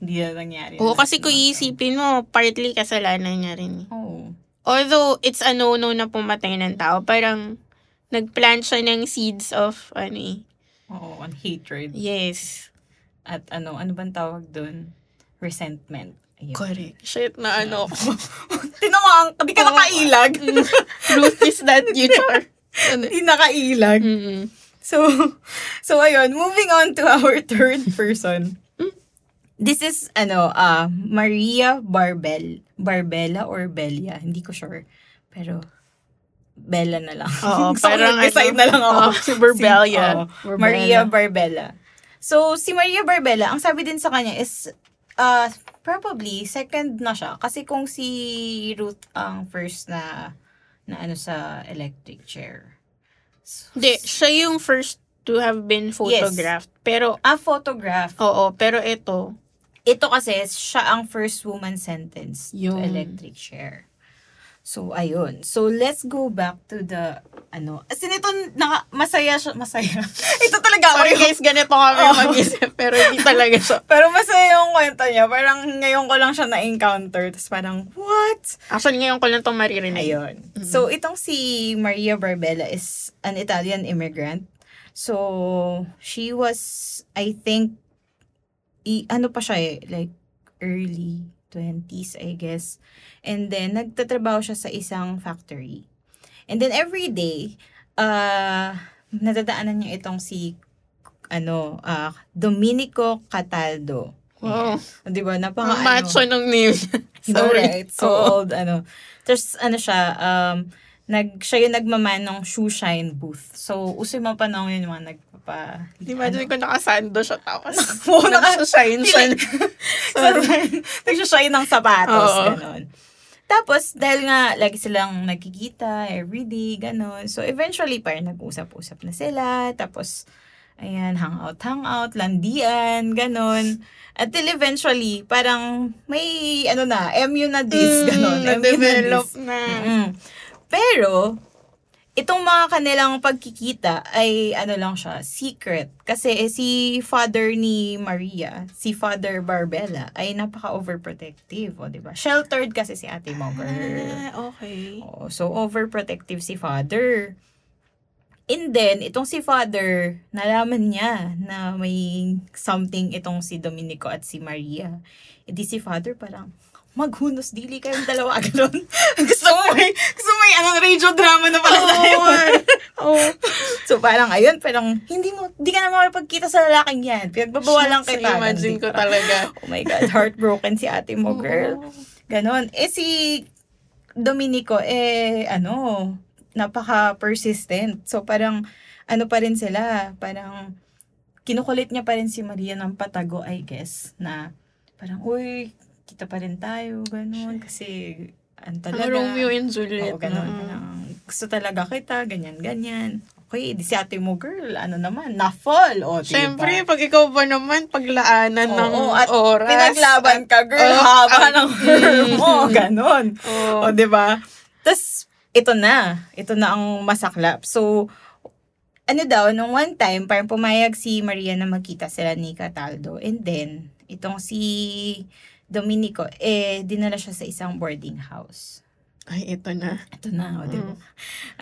hindi na nangyari. Oo, kasi kung Oo. iisipin mo, partly kasalanan niya rin eh. Oo. Although, it's a no-no na pumatay ng tao. Parang, nagplant siya ng seeds of, ano eh. Oo, on hatred. Yes. At ano, ano bang tawag doon? Resentment. Ayun. Correct. Shit na ano. Tinamaan ka, di ka Oo. nakailag. Ruth is that you, Char. Ano? Di nakailag. Mm-mm. So, so ayun, moving on to our third person. This is, ano, ah Maria Barbel. Barbella or Belia, hindi ko sure. Pero, Bella na lang. Oo, Gusto ko parang ano, nag-decide na lang ako. oo, si Barbella. Si- oo, Barbella. Maria Barbella. So, si Maria Barbella, ang sabi din sa kanya is, uh, probably, second na siya. Kasi kung si Ruth ang first na, na ano sa electric chair. Hindi, siya yung first to have been photographed. Pero, A photograph. oo, pero ito, Ito kasi, siya ang first woman sentenced Yun. to electric chair. So, ayun. So, let's go back to the, ano, as in ito, naka, masaya siya, masaya. ito talaga, ako Sorry yung- guys, ganito kami Oo. mag-isip, pero hindi talaga siya. Pero masaya yung kwento niya. Parang ngayon ko lang siya na-encounter. Tapos parang, what? Actually, ngayon ko lang itong maririnig. Ayun. So, itong si Maria Barbella is an Italian immigrant. So, she was, I think, i- ano pa siya eh, like, early 20s, I guess. And then, nagtatrabaho siya sa isang factory. And then, every day, ah, nadadaanan niyo itong si ano, ah, Domenico Cataldo. Wow. Di ba? Ang Napaka macho ano. nung name. Sorry. Alright, so Oo. old, ano. Tapos, ano siya, um, nag, siya yung nagmaman ng shoe shine booth. So, uso yung mga panahon yun, yung mga nagpapa... ano, Imagine ko nakasando siya tapos Oo, naka- nagsashine siya. Sorry. Nagsashine ng sapatos, Oo. ganon. Tapos, dahil nga, lagi silang nagkikita, everyday, ganon. So, eventually, parang nag-usap-usap na sila. Tapos, ayan, hangout, hangout, landian, ganon. Until eventually, parang may, ano na, MU na this, ganon. MU na this. Mm, Na-develop na. Mm. Pero, itong mga kanilang pagkikita ay ano lang siya, secret. Kasi eh, si father ni Maria, si Father Barbella, ay napaka-overprotective. O, diba? Sheltered kasi si ate mo, girl. Ah, okay. Oo, so, overprotective si father. And then, itong si father, nalaman niya na may something itong si Domenico at si Maria. E di si father parang, maghunos, dili kayong dalawa. Ganun. gusto mo may, gusto mo may anong radio drama na pala tayo. Oh. so parang ayun, parang hindi mo, di ka na makapagkita sa lalaking yan. Pinagbabawalan kita. Ganun, imagine di ko ba? talaga. Oh my God, heartbroken si ate mo, girl. Oo. Ganon. Eh si Dominico, eh ano, napaka-persistent. So parang, ano pa rin sila, parang kinukulit niya pa rin si Maria ng patago, I guess, na parang, uy, kita pa rin tayo, ganon. Kasi, Ang ang talaga. Romeo and Juliet. Oo, ganon. na. parang, Gusto talaga kita, ganyan, ganyan. Okay, di si ate mo, girl, ano naman, na-fall. O, diba? Siyempre, pag ikaw ba naman, paglaanan Oo, ng at oras. pinaglaban ka, girl, Oo, haba at- ng girl mo, Mm. ganon. Oo. O, di ba? Tapos, ito na. Ito na ang masaklap. So, ano daw, nung one time, parang pumayag si Maria na magkita sila ni Cataldo. And then, itong si Domenico, eh, dinala siya sa isang boarding house. Ay, ito na. Ito na, o, di ba?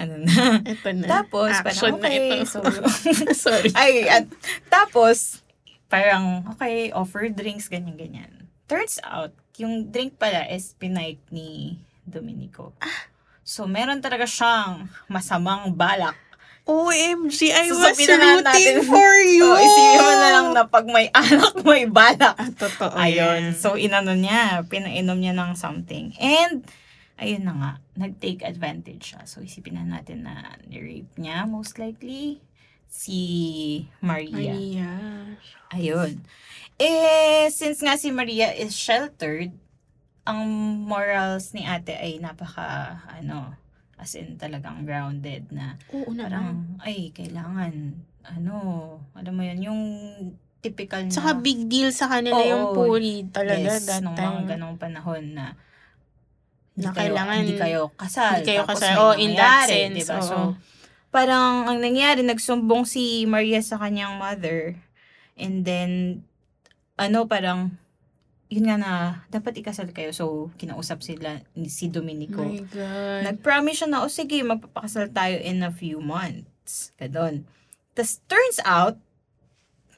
Ano na. Ito na. Tapos, Action parang, okay, na ito. so, Sorry. ay, at, tapos, parang, okay, offer drinks, ganyan-ganyan. Turns out, yung drink pala is pinike ni Domenico. Ah. So, meron talaga siyang masamang balak. OMG, I So, was sabihin na rooting nga natin- for you. So, isipin mo na lang na pag may anak, may balak. Ah, totoo Ayun. yan. So, inano niya, pinainom niya ng something. And, ayun na nga, nag-take advantage siya. So, isipin na natin na rape niya, most likely, si Maria. Maria. Ayun. Eh, since nga si Maria is sheltered, ang morals ni ate ay napaka, ano, as in talagang grounded na Oo na lang. parang, ay, kailangan, ano, alam mo yun, yung typical na... Tsaka big deal sa kanila Oo. yung puri talaga yes, that nung time. mga ganong panahon na hindi Na kayo, kailangan- hindi kayo kasal. hindi kayo tapos kasal. may Oh, in that nangyayari, sense, diba? oo. So, parang ang nangyari, nagsumbong si Maria sa kanyang mother. And then, ano, parang, yun nga na, dapat ikasal kayo. So, kinausap sila ni si Domenico. my God. Nag-promise siya na, o sige, magpapakasal tayo in a few months. Ganon. Tapos, turns out,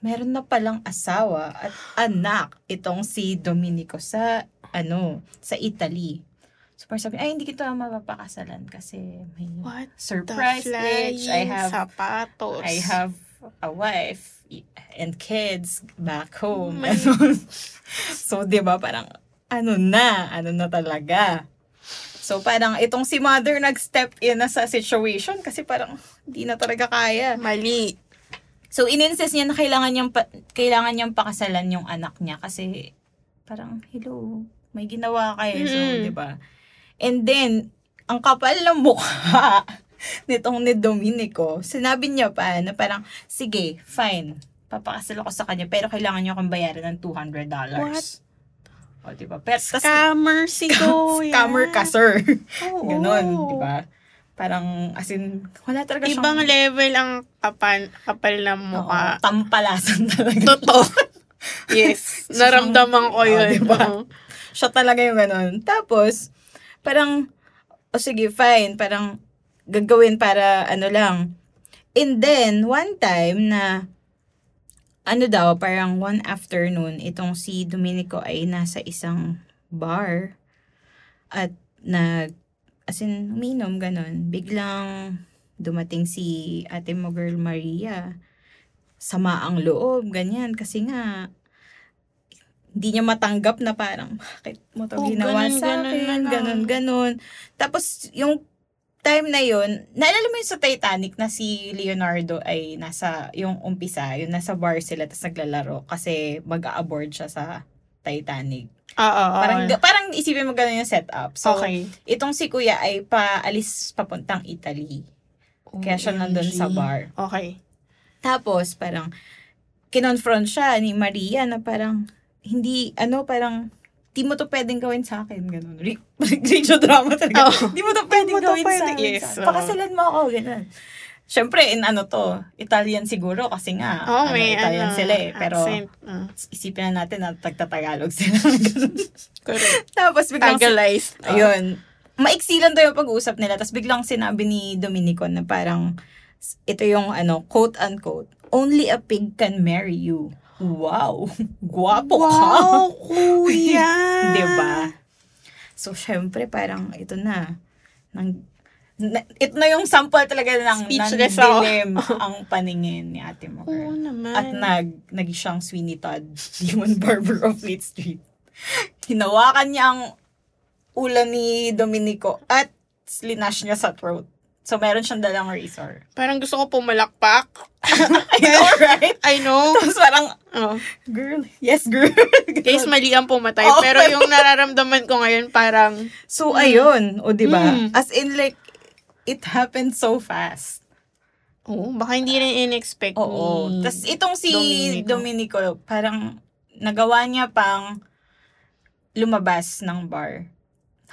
meron na palang asawa at anak itong si Domenico sa, ano, sa Italy. So, parang sabi, ay, hindi kita mapapakasalan kasi may What the surprise flying bitch. I have, sapatos. I have a wife and kids back home. My- so, di ba, parang, ano na, ano na talaga. So, parang itong si mother nag-step in na sa situation kasi parang di na talaga kaya. Mali. So, in-insist niya na kailangan niyang, pa- kailangan niyang pakasalan yung anak niya kasi parang, hello, may ginawa kayo. So, Mm. di ba? And then, ang kapal ng mukha nitong ni Domenico, sinabi niya pa na parang, sige, fine, papakasal ako sa kanya, pero kailangan niyo akong bayaran ng $200. What? O, di ba? Pero, tas, Scammer si Goya. scammer ka, sir. Oo. Ganon, di ba? Parang, as in, wala talaga Ibang level ang kapal, kapal ng mukha. Oo, tampalasan talaga. Totoo. yes. Naramdaman ko Oh, yun. diba? Oo. siya talaga yung ganun. Tapos, parang, o sige, fine, parang gagawin para ano lang. And then, one time na, ano daw, parang one afternoon, itong si Domenico ay nasa isang bar at nag, as in, uminom, ganun. Biglang dumating si ate mo girl Maria, sama ang loob, ganyan. Kasi nga, hindi niya matanggap na parang, bakit mo to Oh, ginawa ganun, sa ganun na akin? lang. ah. Ganun, ganun. Tapos, yung time na yon naalala mo yung sa Titanic na si Leonardo ay nasa, yung umpisa, yung nasa bar sila, tapos naglalaro kasi mag-aboard siya sa Titanic. Oo, oo. Parang, parang isipin mo ganun yung setup. So, okay. itong si Kuya ay paalis papuntang Italy. Oh, Kaya siya nandun sa bar. Okay. Tapos, parang, kinonfront siya ni Maria na parang, hindi, ano, parang, di mo to pwedeng gawin sa akin. Ganun. Re- Radio drama talaga. Oo. Di mo to pwedeng Oh. Di mo to gawin sa pwedeng- akin. yes, sa- oo. Pakasalan mo ako. Ganun. Siyempre, in ano to, Italian siguro kasi nga, Oh, ano, may Italian ano, sila eh. Pero, accent. Mm. isipin na natin na tagtatagalog sila. Correct. Tapos, biglang si- Tagalized. Oo. Ayun. Maiksilan to yung pag-uusap nila. Tapos biglang sinabi ni Dominico na parang, s- ito yung ano, quote-unquote, only a pig can marry you. Wow. Guwapo ka. Oh. Wow, kuya! Diba? So, syempre, parang ito na. Nang, na- ito na yung sample talaga ng Speechless ako. nandilim ang paningin ni ate mo. Oo girl. naman. At nag, naging siyang Sweeney Todd, Demon Barber of Fleet Street. Hinawakan niya ang ulo ni Dominico at linash niya sa throat. So, meron siyang dalang razor. Parang gusto ko pumalakpak. I know, right? I know. Tapos parang, Oh. girl, yes, girl. Guys, mali ang pumatay. Oo, pero pero- yung nararamdaman ko ngayon, parang, so, ayun. O, di ba? Mm. As in, like, it happened so fast. oh, baka hindi rin in-expect ni... Oo. Tapos itong si Dominico. Hmm. Dominico. parang nagawa niya pang lumabas ng bar.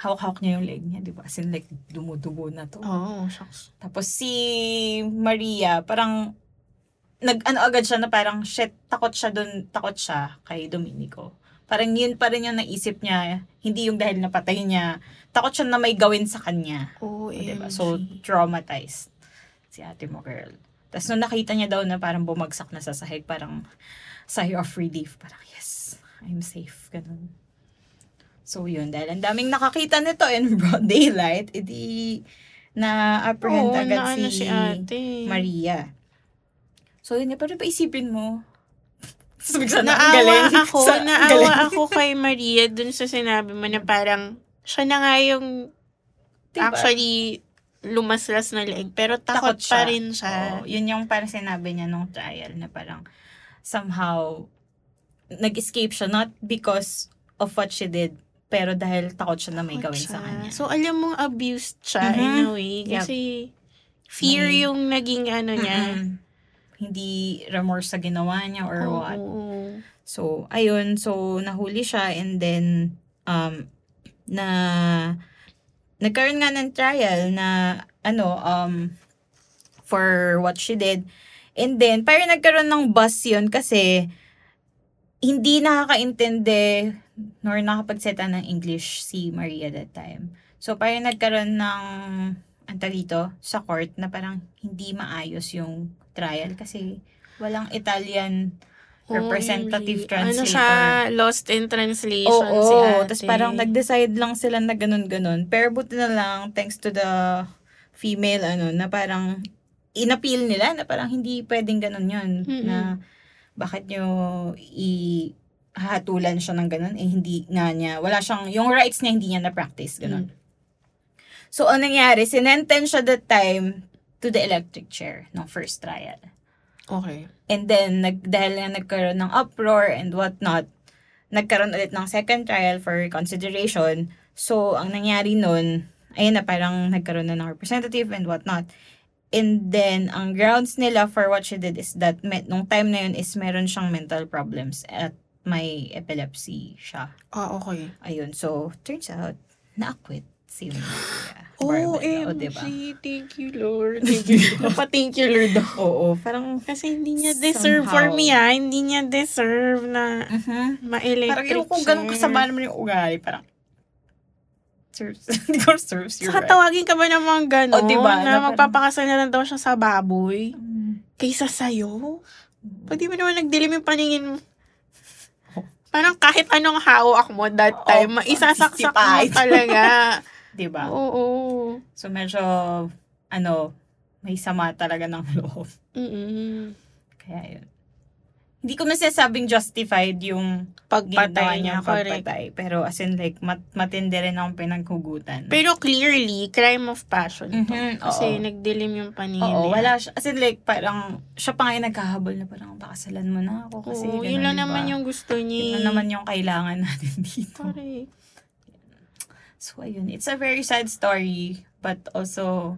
Hawak-hawak niya yung leg niya, di ba? As in, like, dumudugo na to. Oo, shucks. Tapos si Maria, parang nag-ano agad siya na parang, shit, takot siya dun, takot siya kay Dominico. Parang yun pa rin yung naisip niya, hindi yung dahil napatay niya. Takot siya na may gawin sa kanya. Oo, O, diba? So, traumatized si ate mo, girl. Tapos nung nakita niya daw na parang bumagsak na sa sahig, parang sigh of relief. Parang, yes, I'm safe. Ganun. So, yun. Dahil ang daming nakakita nito in broad daylight, edi na-apprehend Oo, agad na ano si, si ate. Maria. So, yun. eh, Pero paisipin mo. Sabi ko sana, ang galing. Naawa ako, Sa- ang naawa galing. ako kay Maria dun sa sinabi mo na parang, siya na nga yung Diba? actually lumaslas na leg, pero takot, Takot siya. pa rin siya. Oo, Ah, yun yung parang sinabi niya nung trial na parang somehow nag-escape siya not because of what she did pero dahil takot siya na may Takot gawin sa siya. kanya. Mm-hmm. So, alam mong abused siya in a way. Yep. Mm-hmm. Kasi, fear May- yung naging ano niya. Mm-mm. Hindi remorse sa ginawa niya Mm-hmm. or Oo, what. oo. So, ayun. So, nahuli siya and then, um, na, nagkaroon nga ng trial na, ano, um, for what she did. And then, parang nagkaroon ng bus yun kasi hindi nakakaintindi nor nakapagseta ng English si Maria that time. So, parang nagkaroon ng, ang tawag dito, sa court na parang hindi maayos yung trial kasi walang Italian representative OMG. Ano translator. siya, lost in translation Oo, si ate. tapos parang nag-decide lang sila na ganun-ganun. Pero buti na lang, thanks to the female, ano, na parang inappeal nila na parang hindi pwedeng ganun yun. Mm-mm. Na bakit nyo i hahatulan siya ng ganun, eh hindi nga niya, wala siyang, yung rights niya hindi niya na-practice, ganun. Mm. So, ang nangyari, sinenten siya that time to the electric chair ng first trial. Okay. And then, nag, dahil na nagkaroon ng uproar and whatnot, nagkaroon ulit ng second trial for consideration. So, ang nangyari nun, ayun na, parang nagkaroon na ng representative and whatnot. And then, ang grounds nila for what she did is that me- nung time na yun is meron siyang mental problems at may epilepsy siya. Ah, okay. Ayun, so, turns out, na-acquit si Maria Barbara, o, OMG, diba? Oh, thank you, Lord. Thank you. Napa-thank you, Lord. ako. Oo, parang, Kasi hindi niya deserve for Somehow. me, ah. Hindi niya deserve na mhm. ma-electric Parang yung kung ganun chair. kasama naman yung ugali, parang serves. Hindi ko serves, you're Saka tawagin ka ba ng mga gano'n? O, diba? Na parang- Na magpapakasal na lang daw siya sa baboy. Kaysa sa'yo? Pwede mo naman nagdilim yung paningin mo. Parang kahit anong hawak mo that Oo, time, maisasaksak mo sisipain. talaga. Diba? Oo. So medyo, ano, may sama talaga ng loob. Mm-mm. Kaya yun. Hindi ko masasabing justified yung ginawa Pagpatay niya niya. Correct. pagpatay. Pero as in like, mat- matindi rin akong pinaghugutan. Pero clearly, crime of passion to. Mhm, Kasi oo. nagdilim yung paningin. Oo, niya. wala siya. As in like, parang siya pa nga yung naghahabol na parang pakasalan mo na ako. Kasi Oo, ganun, yun lang di ba? naman yung gusto niya. Yun lang naman yung kailangan natin dito. Correct. So, ayun. It's a very sad story, but also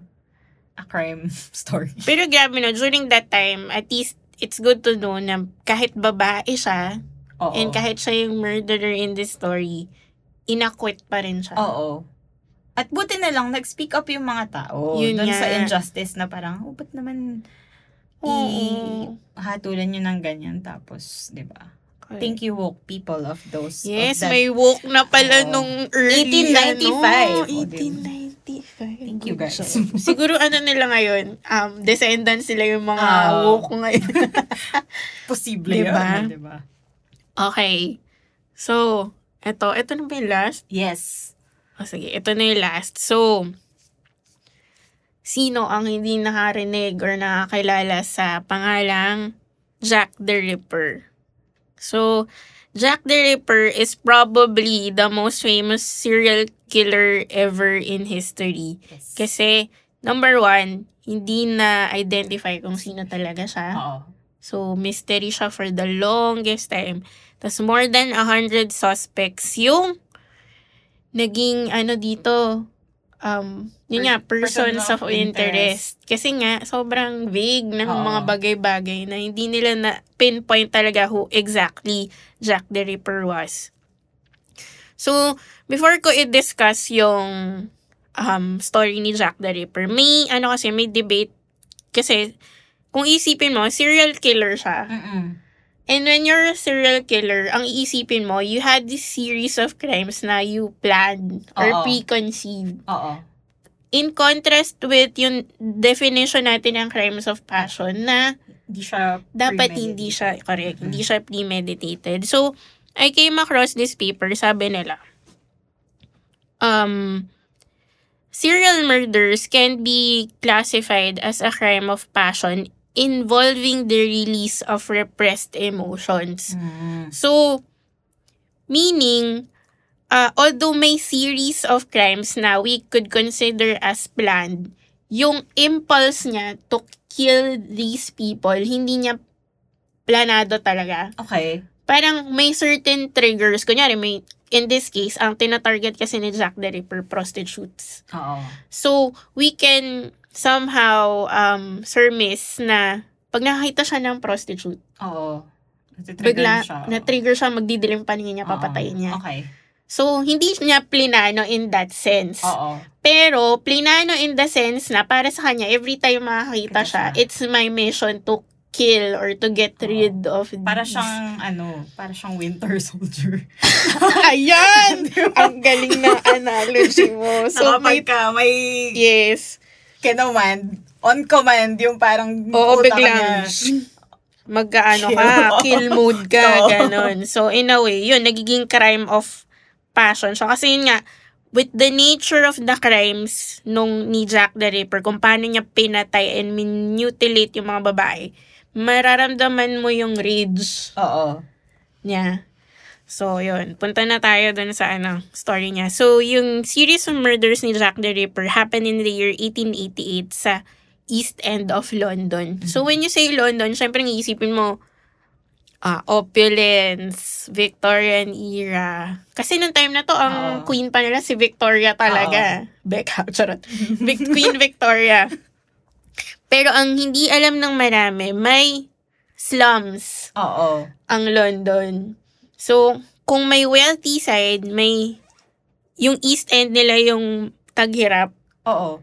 a crime story. Pero grabe no, during that time, at least it's good to know na kahit babae siya, Oo. and kahit siya yung murderer in this story, inakwit pa rin siya. Oo. At buti na lang, nag-speak up yung mga tao. Yun dun nga. sa injustice na parang, oh, ba't naman Oo. hatulan nyo ng ganyan? Tapos, di ba? Correct. Thank you, woke people of those. Yes, of that. may woke na pala Oo. nung early, 1895, ano, o, di ba? 1895. Thank you, guys. So, siguro ano nila ngayon, um, descendants sila yung mga Ah. woke ngayon. Posible Di ba? yun, di ba? okay. So, eto, eto na ba yung last? Yes. O sige, ito na yung last. So, sino ang hindi nakarinig or nakakilala sa pangalang Jack the Ripper? So, Jack the Ripper is probably the most famous serial killer ever in history. yes. Kasi, number one, hindi na-identify kung sino talaga siya. Oo. So, mystery siya for the longest time. Tapos, more than 100 suspects yung naging, ano dito, um, yun Per- nga, persons person of of interest. Kasi nga, sobrang vague ng Oo. mga bagay-bagay na hindi nila na pinpoint talaga who exactly Jack the Ripper was. So, before ko i-discuss yung um, story ni Jack the Ripper, may, ano kasi, may debate kasi kung isipin mo, serial killer siya. Mm-mm. And when you're a serial killer, ang iisipin mo, you had this series of crimes na you planned or Oo. preconceived. Oo. In contrast with yung definition natin ng crimes of passion na Hindi siya dapat hindi siya, correct, Mhm. hindi siya premeditated. So, I came across this paper, sabi nila, um, serial murders can be classified as a crime of passion involving the release of repressed emotions. Mm. So, meaning, uh, although may series of crimes na we could consider as planned, yung impulse niya to kill these people, hindi niya planado talaga. Okay. Parang may certain triggers. Kunyari, may, in this case, ang tinatarget kasi ni Jack the Ripper, prostitutes. Oo. So, we can somehow um, surmise na pag nakakita siya ng prostitute, Oo. Natitrigger bigla, siya. Ah. na-trigger siya, magdidilim paningin niya, Oo. papatayin niya. Okay. So, hindi niya plinano in that sense. Oo. Pero, plinano in the sense na para sa kanya, every time makakita Kita siya, siya. it's my mission to kill or to get Oo. rid of Para these. siyang, ano, para siyang winter soldier. Ayan! Ang galing na analogy mo. So, may... ka, may Yes. kinoman, on command, yung parang Oo, utak biglang. Mag-ano ka, Kill. kill mood ka, Oo. ganon. So, in a way, yun, nagiging crime of passion siya. Kasi yun nga, with the nature of the crimes nung ni Jack the Ripper, kung paano niya pinatay and mutilate yung mga babae, mararamdaman mo yung rage Oo. niya. So, yun. Punta na tayo dun sa ano, story niya. So, yung series of murders ni Jack the Ripper happened in the year 1888 sa East End of London. So, when you say London, syempre iisipin mo, ah, opulence, Victorian era. Kasi nung time na to, ang Oo. queen pa nila si Victoria talaga. Beckham, charot. Vic- queen Victoria. Pero ang hindi alam ng marami, may slums Oo. ang London. So, kung may wealthy side, may yung East End nila yung taghirap. Oo.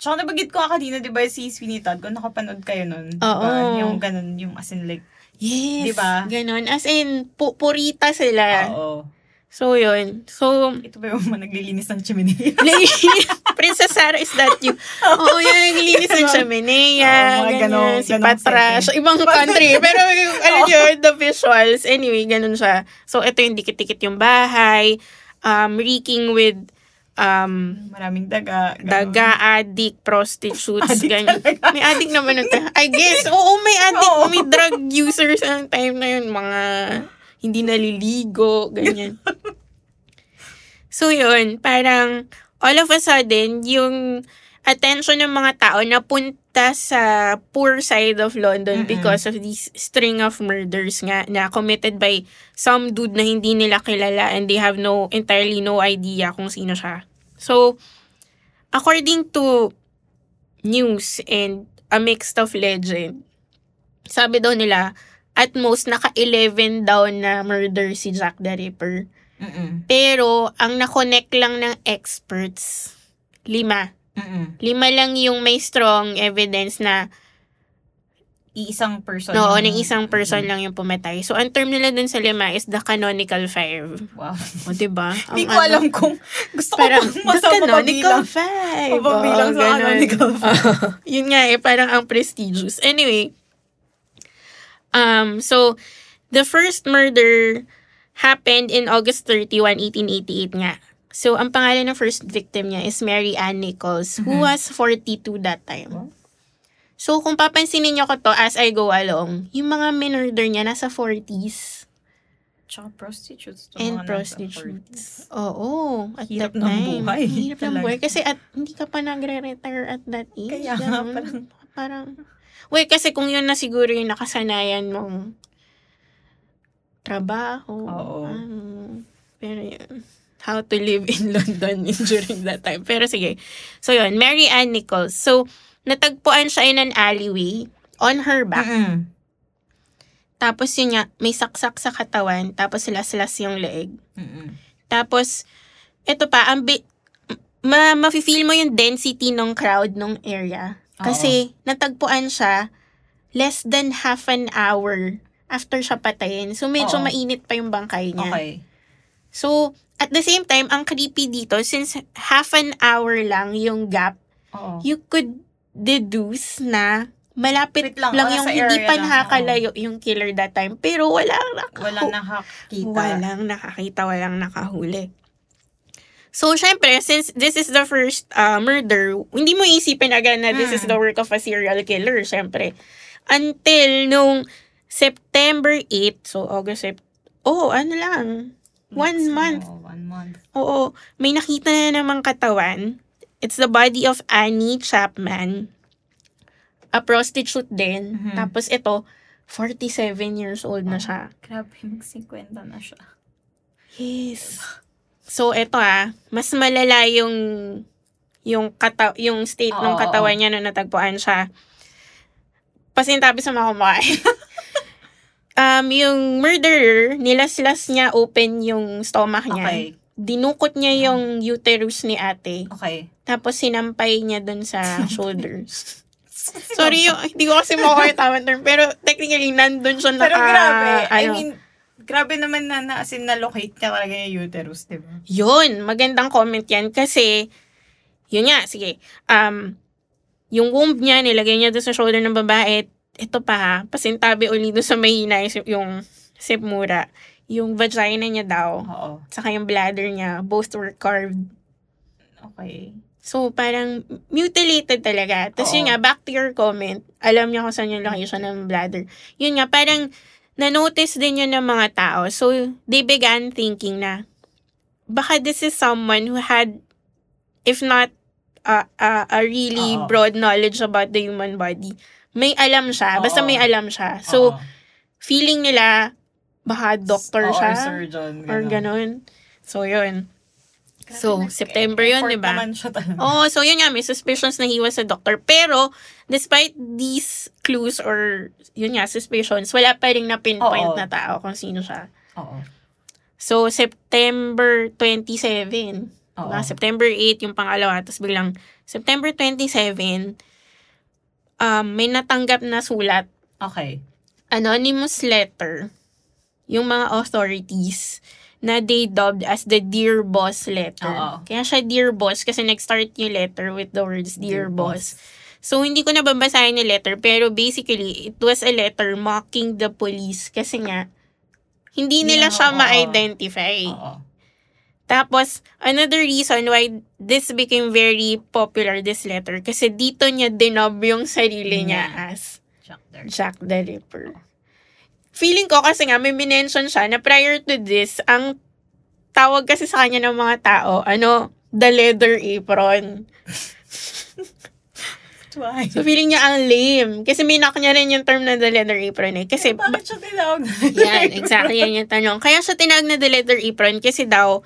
Tsaka nabagit ko nga kanina, di ba, si Sweeney Todd, kung nakapanood kayo nun. di Oo. ba, Yung ganun, yung as in like, Yes. Diba? Ganon. As in, pu- purita sila. oo. So, yun. So, Ito ba yung mga naglilinis ng chimney? Princess Sarah, is that you? Oo, yun, naglilinis ng Chaminea, Oo, mga ganyan, ganong- si ganong Patra, setting. siya, ibang country. Pero, yung, ano yun, the visuals, anyway, ganun siya. So, ito yung dikit-dikit yung bahay, um, reeking with um, Maraming daga. ganun. daga, addict, prostitutes, Addict ganyan. talaga. May addict naman nun tayo. I guess, oo, may addict, Oo. may drug users ang time na yun. Mga hindi naliligo, ganyan. so yun, parang all of a sudden, yung attention ng mga tao napunta sa poor side of London Mm-mm. because of these string of murders nga na committed by some dude na hindi nila kilala and they have no entirely no idea kung sino siya. So, according to news and a mix of legend, sabi daw nila, at most, naka-11 daw na murder si Jack the Ripper. Mm-mm. Pero, ang nakonect lang ng experts, lima. Mm-mm. Lima lang yung may strong evidence na, Iisang person. oo, yung- ng isang Mm. person lang yung pumatay. So, ang term nila dun sa lima is the canonical five. Wow. O, diba? Ang Hindi ko ano, alam kung gusto ko Parang, pang the masama canonical pabilang. five. Papabilang Oo, sa ano, ganun. canonical five. Yun nga eh, parang ang prestigious. Anyway, um, so, the first murder happened in August 31, 1888 nga. So, ang pangalan ng first victim niya is Mary Ann Nichols, who was 42 that Wow. time. So, kung papansinin niyo ko to as I go along, yung mga minurder niya nasa 40s Tsaka prostitutes. to mga and nasa prostitutes. Oo. At Hirap that ng time. buhay. Ang Hirap ng Talaga. buhay. Kasi at, hindi ka pa nagre-retire at that 40s. age. Kaya nga, ganun. parang Parang, wait, kasi kung yun na siguro yung nakasanayan mong trabaho. Oo. ano, pero yun, how to live in London in- during that time. Pero sige. So yun, Mary Ann Nichols. So, natagpuan siya in an alleyway on her back. Mm-mm. Tapos yun nga, may saksak sa katawan. Tapos laslas yung leeg. Mm-mm. Tapos, ito pa, ang bi- ma mafe-feel mo yung density ng crowd ng area. Kasi natagpuan siya less than half an hour after siya patayin. So, medyo Oo. mainit pa yung bangkay niya. Okay. So, at the same time, ang creepy dito, since half an hour lang yung gap, Oo. you could deduce na malapit Wait lang, lang, oh, yung nasa hindi area pa lang, nakakalayo yung killer that time. Pero wala Walang nakakita. Walang nakakita, walang nakahuli. So, syempre, since this is the first uh, murder, hindi mo isipin agad na this Mm. is the work of a serial killer, syempre. Until nung September 8, so August, Sep- oh, ano lang, one Next, month. oo, one month. Oo, may nakita na namang katawan. It's the body of Annie Chapman. A prostitute din. Mhm. Tapos ito, 47 years old na siya. Grabe, mag-50 na siya. Yes. So, eto ah, mas malala yung yung kata- yung state ng Oo, katawan niya nung natagpuan siya. Pasintabi sa mga kumakain. um, yung murderer, nilaslas niya open yung stomach niya. Okay. Dinukot niya yung uterus ni ate. Okay. Tapos sinampay niya dun sa shoulders. Sorry, yung, hindi ko kasi makuha yung tamang term. Pero technically, nandun siya Pero naka... grabe. I ano. mean, grabe naman na, na as in, na-locate niya talaga yung uterus, di ba? Yun, magandang comment yan kasi, yun nga, sige, um, yung womb niya, nilagay niya doon sa shoulder ng babae, ito pa ha, pasintabi uli doon sa mahina yung- yung sepmura, yung vagina niya daw, Oo. saka yung bladder niya, both were carved. Okay. So, parang mutilated talaga. Tapos Oo. yun nga, back to your comment, alam niya kung saan yung location ng bladder. Yun nga, parang na-notice din yun ng mga tao. So, they began thinking na, baka this is someone who had, if not uh, uh, a really Oo. broad knowledge about the human body, may alam siya. Basta Oo. may alam siya. So, Oo. feeling nila, baka doctor Oo, siya. Or surgeon. Or ganun. So, yun. So, September yun, di ba? naman siya talaga. Oh, so yun nga, may suspicions na he was a doctor. Pero, despite these clues or, yun nga, suspicions, wala pa rin na pinpoint Oo. na tao kung sino siya. Oo. So, September 27. Oo. Diba? September 8 yung pangalawa. Tapos biglang, September 27, um, may natanggap na sulat. Okay. Anonymous letter. Yung mga authorities na they dubbed as the Dear Boss letter. Oo. Kaya siya Dear Boss kasi nag-start yung letter with the words Dear, Boss. So, hindi ko nababasahin yung letter, pero basically, it was a letter mocking the police kasi nga, hindi nila Yeah, siya oo. ma-identify. Oo. Tapos, another reason why this became very popular, this letter, kasi dito niya dinob yung sarili niya as Chapter. Jack the Ripper. Feeling ko kasi nga, may minention siya na prior to this, ang tawag kasi sa kanya ng mga tao, ano, the leather apron. Twice. So, feeling niya ang lame. Kasi minak niya rin yung term na the leather apron eh. Kasi, Bakit siya tinawag? Yan, exactly yan yung tanong. Kaya siya tinag na the leather apron kasi daw,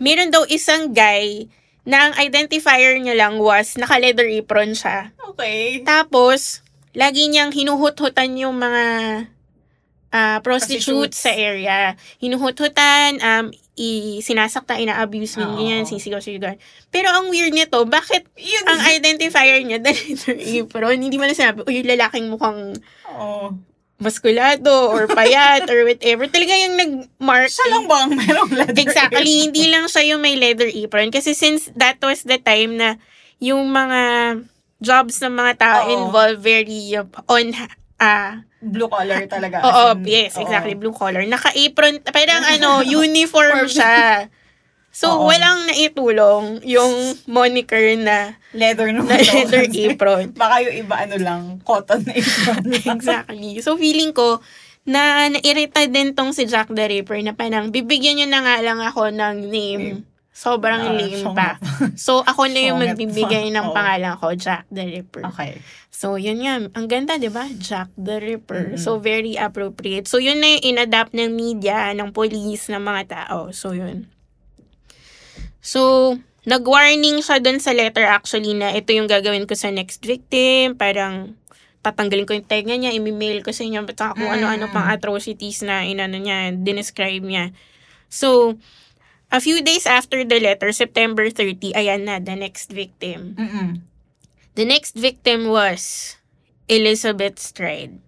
meron daw isang guy na ang identifier niya lang was naka-leather apron siya. Okay. Tapos, lagi niyang hinuhut-hutan yung mga ah, prostitutes Prostitutes. sa area. Hinuhut-hutan, um, i- sinasakta, ina-abuse, Ah, Oo. ganyan, sisigaw-sigaw. Pero ang weird nito, bakit Yun. ang identifier niya, the leather apron, hindi mo na sinabi, o yung lalaking mukhang Oo. maskulado or payat or whatever. Talaga yung nag-mark. Siya lang ba ang merong leather? Exactly. Hindi lang siya yung may leather apron. Kasi since that was the time na yung mga jobs ng mga tao Oo. involved very uh, on ah Blue collar talaga. oo As in, yes oo. exactly blue collar naka-apron parang ano uniform siya so Oo. walang naitulong yung moniker na, Leather nung na leather Kasi apron Baka yung iba ano lang, cotton na apron. lang. Exactly. So, feeling ko, na nairita din tong si Jack the Ripper na parang, bibigyan nyo na nga lang ako ng name. Sobrang Ah, lame siyong- pa. So, ako na yung Siyong- magbibigay Oo. ng pangalan ko, Jack the Ripper. Okay. So, yun nga. Ang ganda, di ba? Jack the Ripper. Mhm. So, very appropriate. So, yun na yung inadapt ng media, ng police, ng mga tao. So, yun. So, nag-warning siya dun sa letter actually na ito yung gagawin ko sa next victim. Parang tatanggalin ko yung tag niya, i-mail ko sa inyo, at saka kung ano-ano pang atrocities na inano niya, dinescribe niya. So, a few days after the letter, September 30, ayan na, the next victim. Mm-mm. The next victim was Elizabeth Stride.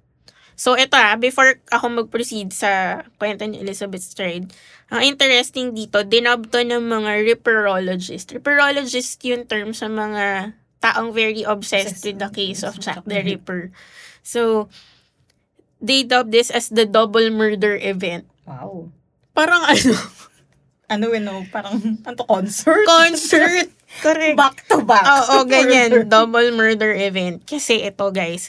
So, ito ah, before ako mag-proceed sa kwento ni Elizabeth Stride, ang interesting dito, dinob to ng mga ripperologist. Ripperologist yung term sa mga taong very obsessed Obsessed with the with case the of case Jack of the the Ripper. So, they dubbed this as the double murder event. Wow. Parang ano, Ano yun, no? Parang, ano to, concert? concert. Correct. back to back. Oo, Ah, ganyan. Further. Double murder event. Kasi ito, guys,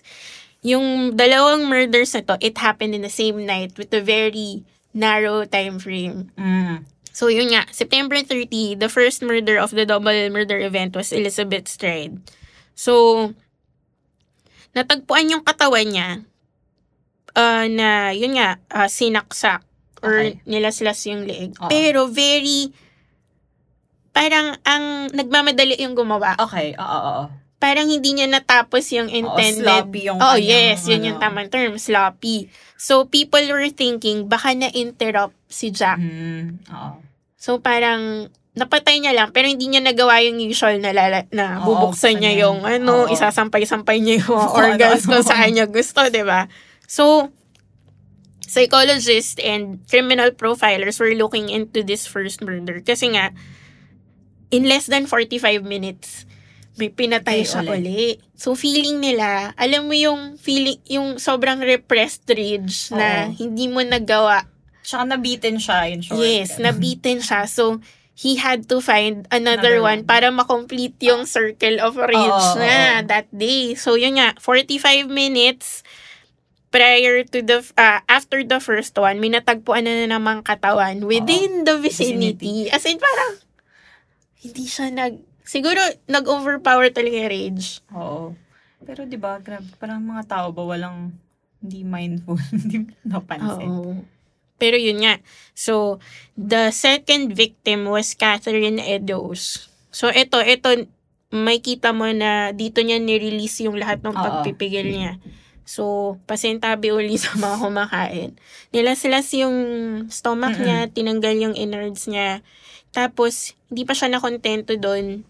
yung dalawang murders na to, it happened in the same night with a very narrow time frame. Mm. So, yun nga, September 30, the first murder of the double murder event was Elizabeth Stride. So, natagpuan yung katawan niya uh, na, yun nga, ah, sinaksak or Okay. nilaslas yung leeg. Oo. Pero very, parang ang nagmamadali yung gumawa Okay, oo, oo. parang hindi niya natapos yung intended. sloppy yung Oh, kanyang, yes. Yun ano. yung tamang term, sloppy. So, people were thinking, baka na-interrupt si Jack. Mm, oo. So, parang napatay niya lang, pero hindi niya nagawa yung usual na, lala- na Oo, buksan bubuksan niya niya. yung ano, Oo. isasampay-sampay niya yung mga Oo, organs ano, kung ano. saan niya gusto, di ba? So, psychologists and criminal profilers were looking into this first murder kasi nga, in less than 45 minutes, may pinatay Ay, siya ulit. uli. So, feeling nila, alam mo yung feeling, yung sobrang repressed rage na Oo. hindi mo nagawa Tsaka nabitin siya in short. Yes, nabitin siya. So, he had to find another Another one one. para makomplete yung circle of rage Oo, na oo. that day. So, yun nga, 45 minutes prior to the, ah, after the first one, may natagpuan na na namang katawan within the vicinity. As in, parang, hindi siya nag, siguro, nag-overpower talaga yung rage. Oo. Pero di ba, grabe, parang mga tao ba walang hindi mindful, hindi napansin. Oo. Pero yun nga. So, the second victim was Catherine Eddowes. So, ito, ito, may kita mo na dito niya nirelease yung lahat ng Oo. pagpipigil niya. So, pasintabi uli sa mga kumakain. Nilaslas yung stomach Mm-mm. niya, tinanggal yung innards niya. Tapos, hindi pa siya nakontento doon.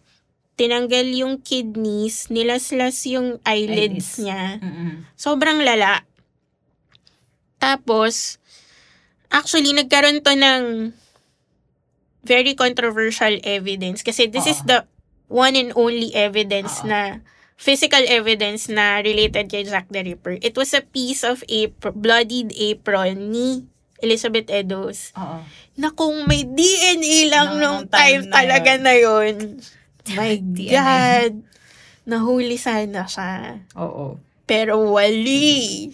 Tinanggal yung kidneys, nilaslas yung eyelids Eyelids. niya. Mm-mm. Sobrang lala. Tapos, actually, nagkaroon to ng very controversial evidence kasi this is Oo. the one and only evidence Oo. na physical evidence na related kay Jack the Ripper. It was a piece of apron, bloodied apron ni Elizabeth Edos, Oo. na kung may DNA lang Nung- nung nung time time, na talaga na yun. My DNA. ano God. Nahuli sana siya. Oo. Pero wali.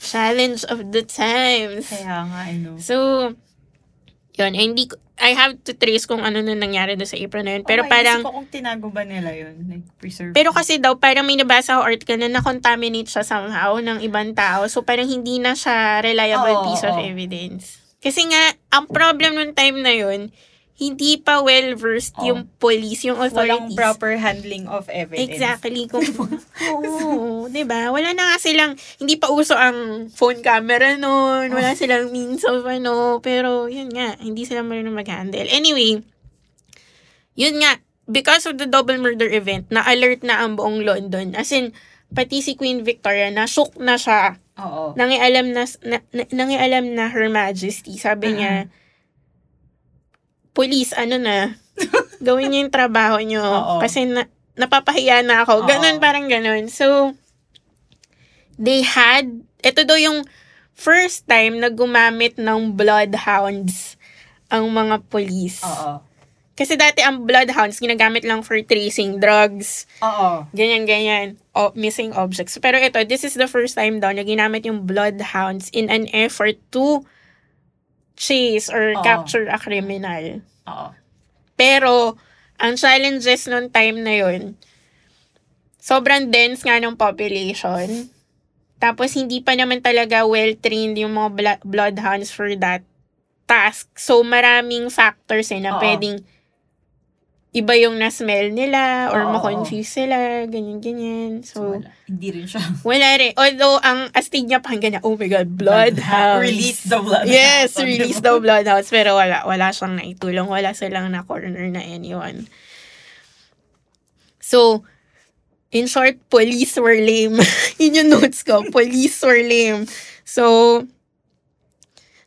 Challenge of the times. Mm-hmm. Kaya nga, ano. I know. So, yun, eh, hindi ko- I have to trace kung ano na nangyari doon sa April na yun. Pero Oh, parang, Isip ko kung tinago ba nila yun. Like, preserve. pero kasi daw, parang may nabasa ako article na na-contaminate siya somehow ng ibang tao. So, parang hindi na siya reliable Oo, piece of oo. evidence. Kasi nga, ang problem nung time na yun, hindi pa well-versed Oo. yung police, yung Walang authorities. proper handling of evidence. Exactly. Kung, oo, di ba? Wala na nga silang, hindi pa uso ang phone camera noon. Wala silang means of ano. Pero, yun nga, hindi sila marunong mag-handle. Anyway, yun nga, because of the double murder event, na-alert na ang buong London. As in, pati si Queen Victoria, na shook na siya. Oo. Nangialam na, na, na nangialam na Her Majesty. Sabi niya, police, ano na, gawin niyo yung trabaho niyo. Oo. Kasi na, napapahiya na ako. Oo. Ganon, parang ganon. So, they had, ito daw yung first time na gumamit ng bloodhounds ang mga police. Oo. Kasi dati ang bloodhounds, ginagamit lang for tracing drugs, Oo. ganyan, ganyan, o, missing objects. Pero ito, this is the first time daw na ginamit yung bloodhounds in an effort to chase or Oo. capture a criminal. Oo. Pero, ang challenges nung time na yun, sobrang dense nga ng population. Tapos, hindi pa naman talaga well-trained yung mga bla- bloodhounds for that task. So, maraming factors eh Oo. na pwedeng iba yung na-smell nila or Oo, ma-confuse sila, ganyan-ganyan. So, So, wala. Hindi rin siya. wala rin. Although, ang astig niya pa hanggang na, oh my God, bloodhounds. release the blood. Yes, Sabi mo. release daw Bloodhounds. Pero wala, wala siyang naitulong. Wala silang na-corner na anyone. So, in short, police were lame. Yun yung notes ko. Police were lame. So,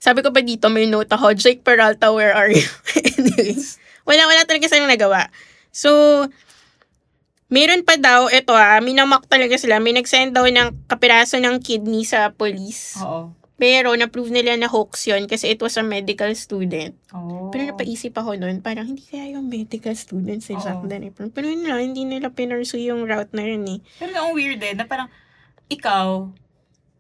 sabi ko pa dito, may note ako, Jake Peralta, where are you? Anyways, wala, wala talaga silang nagawa. So, meron pa daw, ito ah, minamak talaga sila. May nag-send daw ng kapiraso ng kidney sa police. Oo. Pero, na-prove nila na hoax yun kasi it was a medical student. Oo. Oh. Pero napaisip ako noon, parang hindi kaya yung medical student si Oo. Jack Daniel. eh. Pero yun lang, hindi nila pinursue yung route na yun eh. Pero ang weird eh, na parang, ikaw,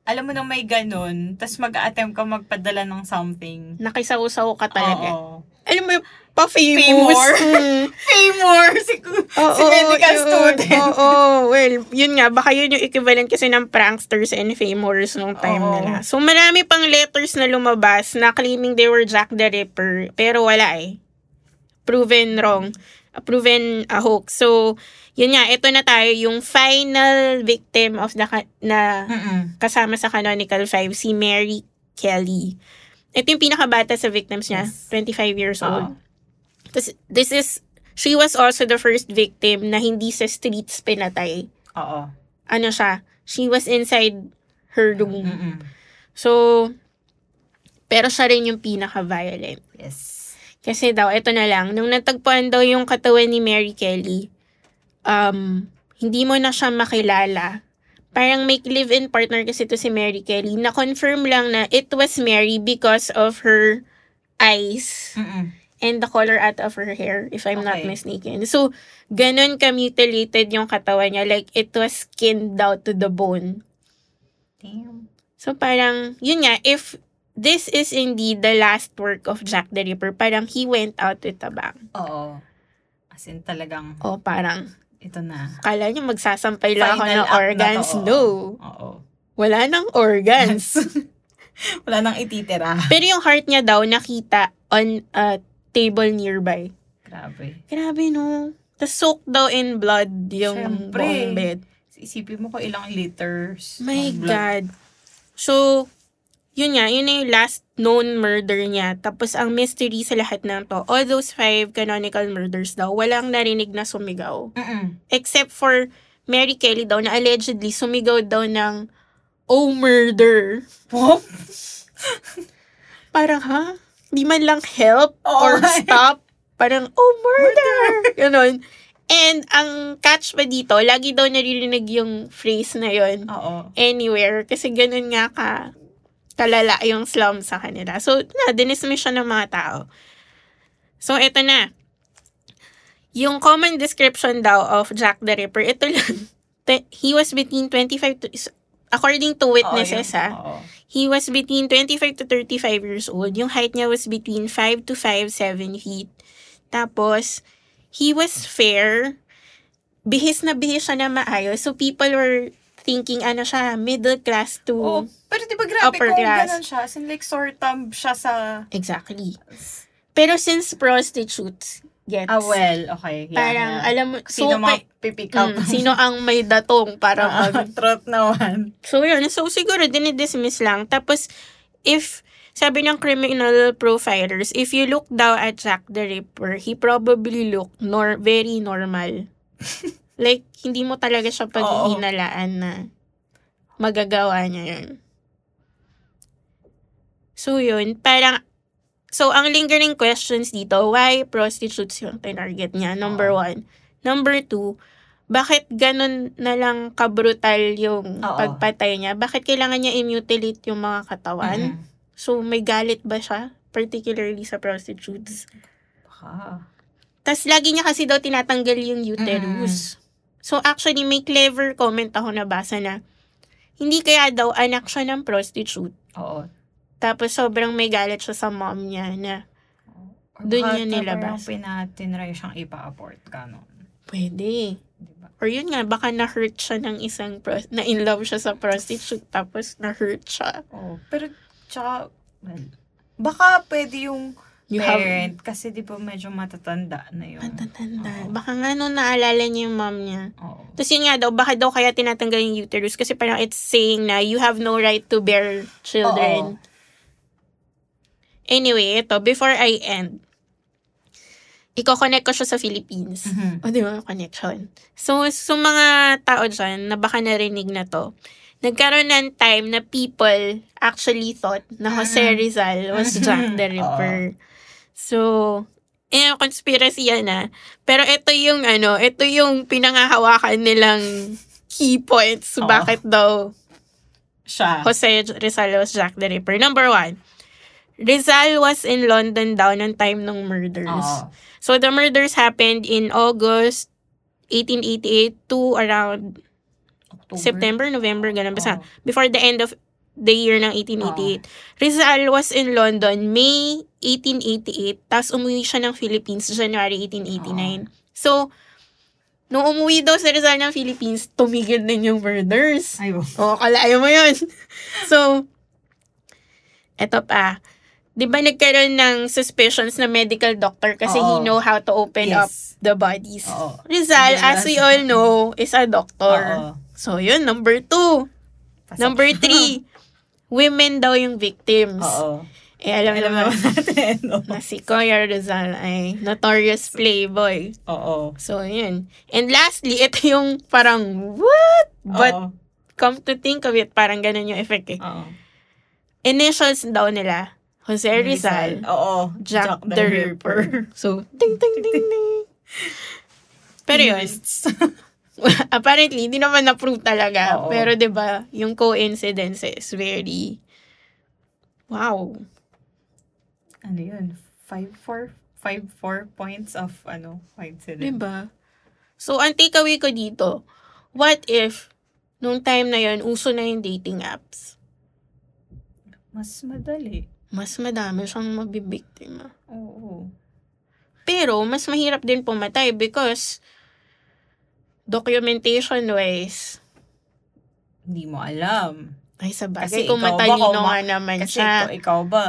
alam mo na may ganun, tas mag-attempt ka magpadala ng something. Nakisaw-saw ka talaga. Oo. Alam mo yung pa-famous. Pay more. Mm. Pay more! Si, Oo, si medical yun. student. Oo, well, yun nga, baka yun yung equivalent kasi ng pranksters and famers nung time Oo. nila. So, marami pang letters na lumabas na claiming they were Jack the Ripper, pero wala eh. Proven wrong. Uh, proven a hoax. So, yun nga, ito na tayo, yung final victim of the, ka- na Mm-mm. kasama sa Canonical 5, si Mary Kelly. Ito yung pinakabata sa victims niya, Yes. 25 years old. Oo. Tapos, this is, she was also the first victim na hindi sa streets pinatay. Oo. Ano siya? She was inside her room. Mm-mm. So, pero siya rin yung pinaka-violent. Yes. Kasi daw, ito na lang, nung natagpuan daw yung katawan ni Mary Kelly, um, hindi mo na siya makilala. Parang may live-in partner kasi to si Mary Kelly. Na-confirm lang na it was Mary because of her eyes Mm-mm. and the color out of her hair, if I'm not Okay. mistaken. So, ganun ka-mutilated yung katawan niya. Like, it was skinned out to the bone. Damn. So, parang, yun nga, if this is indeed the last work of Jack the Ripper, parang he went out with a bang. Oo. As in talagang, O parang, ito na. kala niyo magsasampay lang ako Final ng act na to, oh. organs. oo. No. Oo. Wala ng organs. Wala nang ititira. Pero yung heart niya daw nakita on a table nearby. Grabe. Grabe, no? Tapos soaked daw in blood yung Siyempre. buong bed. Isipin mo ko ilang liters. My ng blood. God. So, yun nga, yun na yung last known murder niya. Tapos, ang mystery sa lahat ng to, all those five canonical murders daw, walang narinig na sumigaw. Mm-mm. Except for Mary Kelly daw, na allegedly sumigaw daw ng, oh, murder. Pop? Parang, ha? Di man lang help Oo or nga eh. stop. Parang, oh, murder! Ganon. And ang catch pa dito, lagi daw naririnig yung phrase na yon Oo. anywhere kasi ganun nga ka kalala yung slum sa kanila. So, na, dinismiss siya ng mga tao. So, ito na. Yung common description daw of Jack the Ripper, ito lang. Te- He was between 25 to... According to witnesses, Oo, ha? yun. Oo. He was between 25 to 35 years old. Yung height niya was between 5 to 5, 7 feet. Tapos, he was fair. Bihis na bihis siya na maayos. So, people were thinking, ano siya, middle class to... Oo, pero di ba grabe Upper kung class. ganun siya? As in like sortam siya sa... Exactly. Pero since prostitutes gets... Ah well, okay. Yeah, Parang, yeah. alam mo, Sino so, mga kay- pipick up? Mm, sino ang may datong para Ah. mag Trot naman. So, yun. So, siguro, dinidismiss lang. Tapos, if, sabi ng criminal profilers, if you look down at Jack the Ripper, he probably looked nor very normal. like, hindi mo talaga siya paghihinalaan na magagawa niya yun. So, yun. Parang, so, ang lingering questions dito, why prostitutes yung tinarget niya? Number Oo. one. Number two, bakit ganun na lang kabrutal yung Oo. pagpatay niya? Bakit kailangan niya i-mutilate yung mga katawan? Mhm. So, may galit ba siya? Particularly sa prostitutes. Baka. Tapos, lagi niya kasi daw tinatanggal yung uterus. So, actually, may clever comment ako nabasa na, hindi kaya daw anak siya ng prostitute. Oo. Tapos, sobrang may galit siya sa mom niya na, Or Doon baka yun ta- nilabas. Parang pinatinry siyang ipa-abort. Ganon. pwede. Di ba? Or yun nga, baka na-hurt siya ng isang, pros- na-in-love siya sa prostitute, tapos na-hurt siya. Oo. Pero, tsaka, well, baka pwede yung You have parent kasi di ba medyo matatanda na yun. Matatanda. Oo. Baka nga nung naalala niya yung mom niya. Oo. Tapos yun nga daw, bakit daw kaya tinatanggal yung uterus? Kasi parang it's saying na you have no right to bear children. Anyway, ito, before I end, iko-connect ko siya sa Philippines. Mhm. O, Oh, di ba? Connection. So, so mga tao dyan na baka narinig na to, nagkaroon ng time na people actually thought na Jose Mm. Rizal was Jack the Oo. Ripper. So, eh, conspiracy yan ah. Pero ito yung ano, ito yung pinangahawakan nilang key points Oo. bakit daw Siya. Jose Rizal was Jack the Ripper. Number one, Rizal was in London daw ng time ng murders. Oo. So the murders happened in August 1888 to around October. September, November, ganun basta. Oo. Before the end of the year ng 1888. Rizal was in London May 1888, tapos umuwi siya ng Philippines January 1889. So, nung umuwi daw si Rizal ng Philippines, tumigil din yung murders. Ay, wow. Oo, kalayo mo yun. so, eto pa. Di ba nagkaroon ng suspicions na medical doctor kasi he Oo. know how to open up Yes. the bodies. Oo. Rizal, as Yes. we all know, is a doctor. Oo. So, yun, number two. Pasok. Number three, women daw yung victims. Oo. Eh, alam Alam naman naman natin. na si Kuya Rizal ay notorious playboy. Oo. So, yun. And lastly, ito yung parang, what? But Oo. come to think of it, parang ganun yung effect eh. Oo. Initials daw nila, Jose Eh, Rizal, Oo. Jack, the, Ripper. So, ting, ting, ting, ting. Pero yun, Twists. apparently, hindi naman na-prove talaga. Oo. Pero 'di ba yung coincidence is very, wow. ano yun? 5-4? 5-4 points of ano? Di Coincidence. ba? So, ang takeaway ko dito, what if, nung time na yun, uso na yung dating apps? Mas madali. Mas madami siyang mabibiktima. Oo. Pero, mas mahirap din pumatay because documentation-wise, Hindi mo alam. ay sa bagay, Kasi kung ikaw ba, matalino kung ma- nga naman Kasi siya. ikaw, eh. ikaw ba,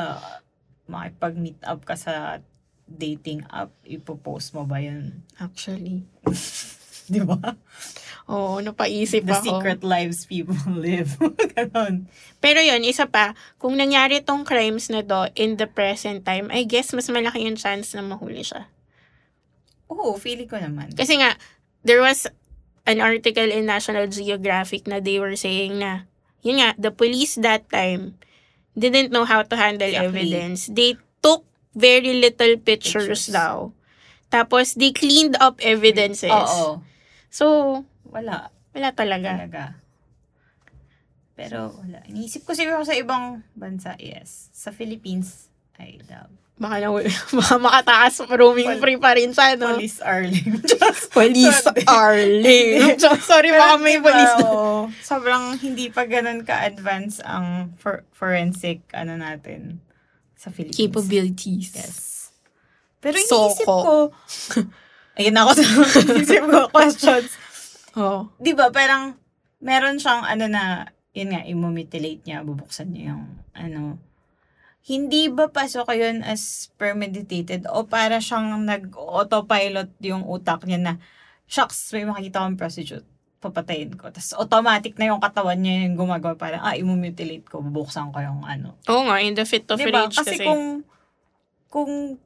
makipag-meet up ka sa dating app, ipopost mo ba yun? Actually. Di ba? Oo, napaisip The ako. secret lives people live. Ganon. Pero yun, isa pa, kung nangyari tong crimes na to in the present time, I guess mas malaki yung chance na mahuli siya. Oo, feeling ko naman. Kasi nga, there was an article in National Geographic na they were saying na, yun nga, the police that time didn't know how to handle Exactly. evidence. They took very little pictures, Pictures. daw. Tapos, they cleaned up evidences. Mm. Oo. So, Wala wala talaga. talaga. Pero wala. Iniisip ko siguro sa ibang bansa, yes. Sa Philippines, I love. Baka, na, baka makataas roaming Pol- free pa rin siya, no? Police Arling. Police Sorry. Arling. Sorry, baka may police. Sobrang hindi pa ganun ka-advance ang for- forensic, ano natin, sa Philippines. Capabilities. Yes. Pero Soko. iniisip ko, ayun ako sa iniisip ko questions. Oh. Di ba, parang meron siyang ano na, yun nga, imumitilate niya, bubuksan niya yung ano. Hindi ba pasok yun as premeditated o para siyang nag-autopilot yung utak niya na, shucks, may makita akong prostitute papatayin ko. Tapos automatic na yung katawan niya yung gumagawa. Parang, ah, imumitilate ko, bubuksan ko yung ano. Oo nga, in the fit of Diba? rage kasi. kasi. kung, kung,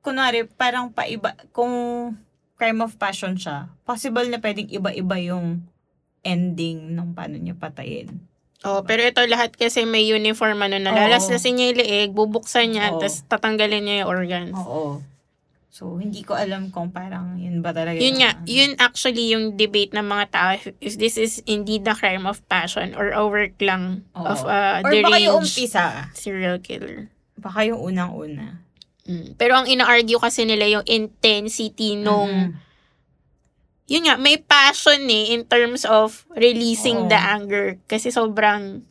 kunwari, parang paiba, kung crime of passion siya, possible na pwedeng iba-iba yung ending ng paano niya patayin. Diba? Oh, pero ito lahat kasi may uniform ano na. Lalaslasin niya yung liig, bubuksan niya, Oo. tapos tatanggalin niya yung organs. Oo. So, hindi ko alam kung parang yun ba talaga Yun yung nga, ano. yun actually yung debate ng mga tao if, if this is indeed a crime of passion or a work lang Oo. of a Or baka yung deranged umpisa. serial killer. Baka yung unang-una. Mm. Pero ang ina-argue kasi nila yung intensity nung, Mm. yun nga, may passion eh in terms of releasing Oo. the anger. Kasi sobrang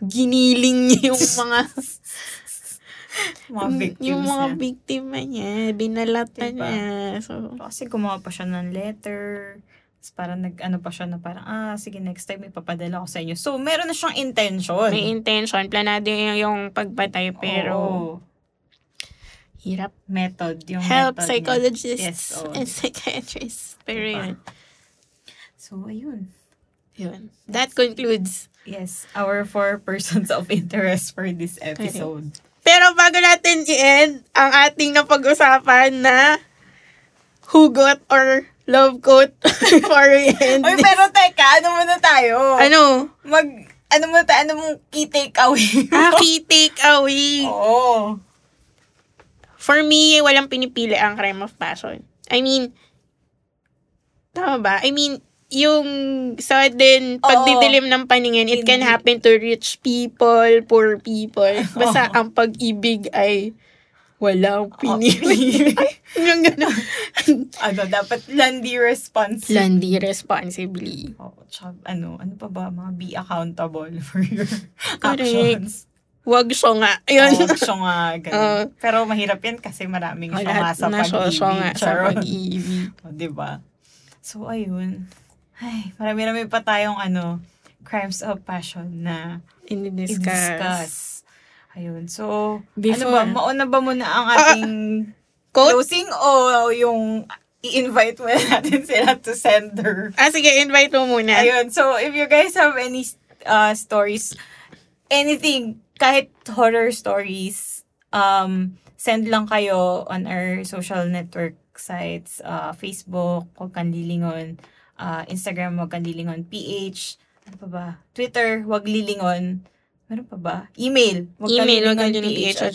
giniling niya yung mga mga victims Mm, yung mga niya. biktima niya, binalatan Diba? niya. So, Kasi gumawa pa siya ng letter. Tapos parang nag-ano pa siya na parang, ah, sige, next time ipapadala ko sa inyo. So, meron na siyang intention. may intention, planado yung, yung pagpatay, pero Oo. hirap. method yung Help method psychologists Yes, oo. and psychiatrists. Pero Diba? yun, niya. So ayun. yun. That concludes. Yes, our four persons of interest for this episode. Pero bago natin i-end ang ating napag-usapan na hugot or love quote before we end Oy, this. pero teka, ano muna tayo? Ano? Mag, ano muna tayo, ano mong key takeaway mo? Ah, key Oh. takeaway. Oo. For me, walang pinipili ang crime of passion. I mean, tama ba? I mean, yung sudden pagdidilim ng paningin, it can Hindi. happen to rich people, poor people. Basta ang pag-ibig ay walang pinili. Yung ganun. ano, dapat landi response. Landi responsibly. Oo, tsaka ano, ano pa ba, mga be accountable for your Correct. actions. Wag siya nga. Ayun. Oo, siya nga, ganun. Oo. Pero mahirap yan kasi maraming siya nga Lahat sa na siya pag-ibig. siya nga sa Charot. pag-ibig. O, Oh, di ba? So, ayun. Ay, marami-rami pa tayong ano, crimes of passion na Indiscuss. i-discuss. Ayun. So, ano Before- ba? Mauna ba muna ang ating Quote? closing o yung i-invite muna natin sila to sender? Ah, sige, invite mo muna. Ayun. So, if you guys have any uh, stories, anything, kahit horror stories, um, send lang kayo on our social network sites, uh, Facebook, Huwag Kang Lilingon, uh, Instagram, Huwag Kang Lilingon, PH, ano pa ba? Twitter, Huwag Lilingon, meron pa ba? Email, Email, Huwag Kang wagkanglingonph Lilingon,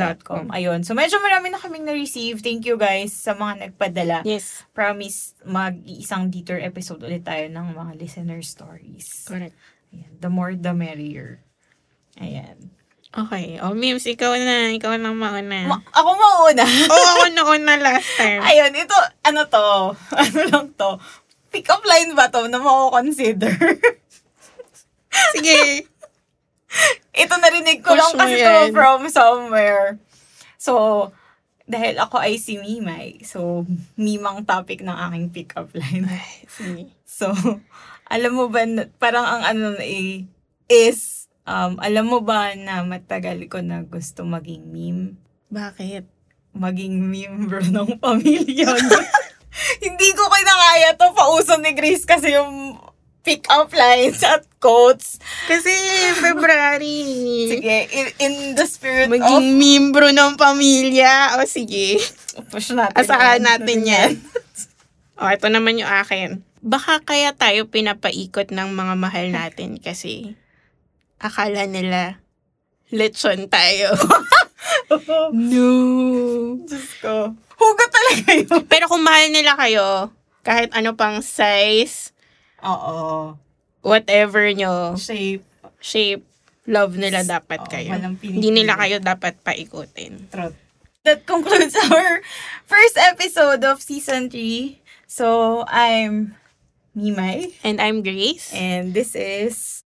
gmail.com. Ayun. So, medyo marami na kaming na-receive. Thank you guys sa mga nagpadala Yes, promise mag-iisang detour episode ulit tayo ng mga listener stories. correct. Ayan, the more the merrier. Ayan. Okay. O, Mims, ikaw na. Ikaw na mauna. Ma- ako mauna. Oo, Oh, ako na last time. Ayun, ito, ano to? Ano lang to? Pick up line ba to na mako-consider? Sige. ito narinig ko lang Push mo kasi to yan. from somewhere. So, dahil ako ay si Mimay, so Mimang topic ng aking pick up line. Sige. So, alam mo ba, na- parang ang ano na eh, is, um, alam mo ba na matagal ko na gusto maging meme? Bakit? Maging member ng pamilya. niya. Hindi ko kinakaya to. Pauso ni Grace kasi yung pick-up lines at quotes. Kasi February. Sige, in, in the spirit Maging membro ng pamilya. O, sige. of... Push natin. Asahan yan. natin yan. o, ito naman yung akin. Baka kaya tayo pinapaikot ng mga mahal natin kasi akala nila lechon tayo. no. Diyos ko. Hugot talaga yun. Pero kung mahal nila kayo, kahit ano pang size, Oo. whatever nyo, Shape. shape, love nila dapat kayo. walang Hindi nila kayo dapat paikutin. Trot. that concludes our first episode of season 3. So, I'm Mimay And I'm Grace. and this is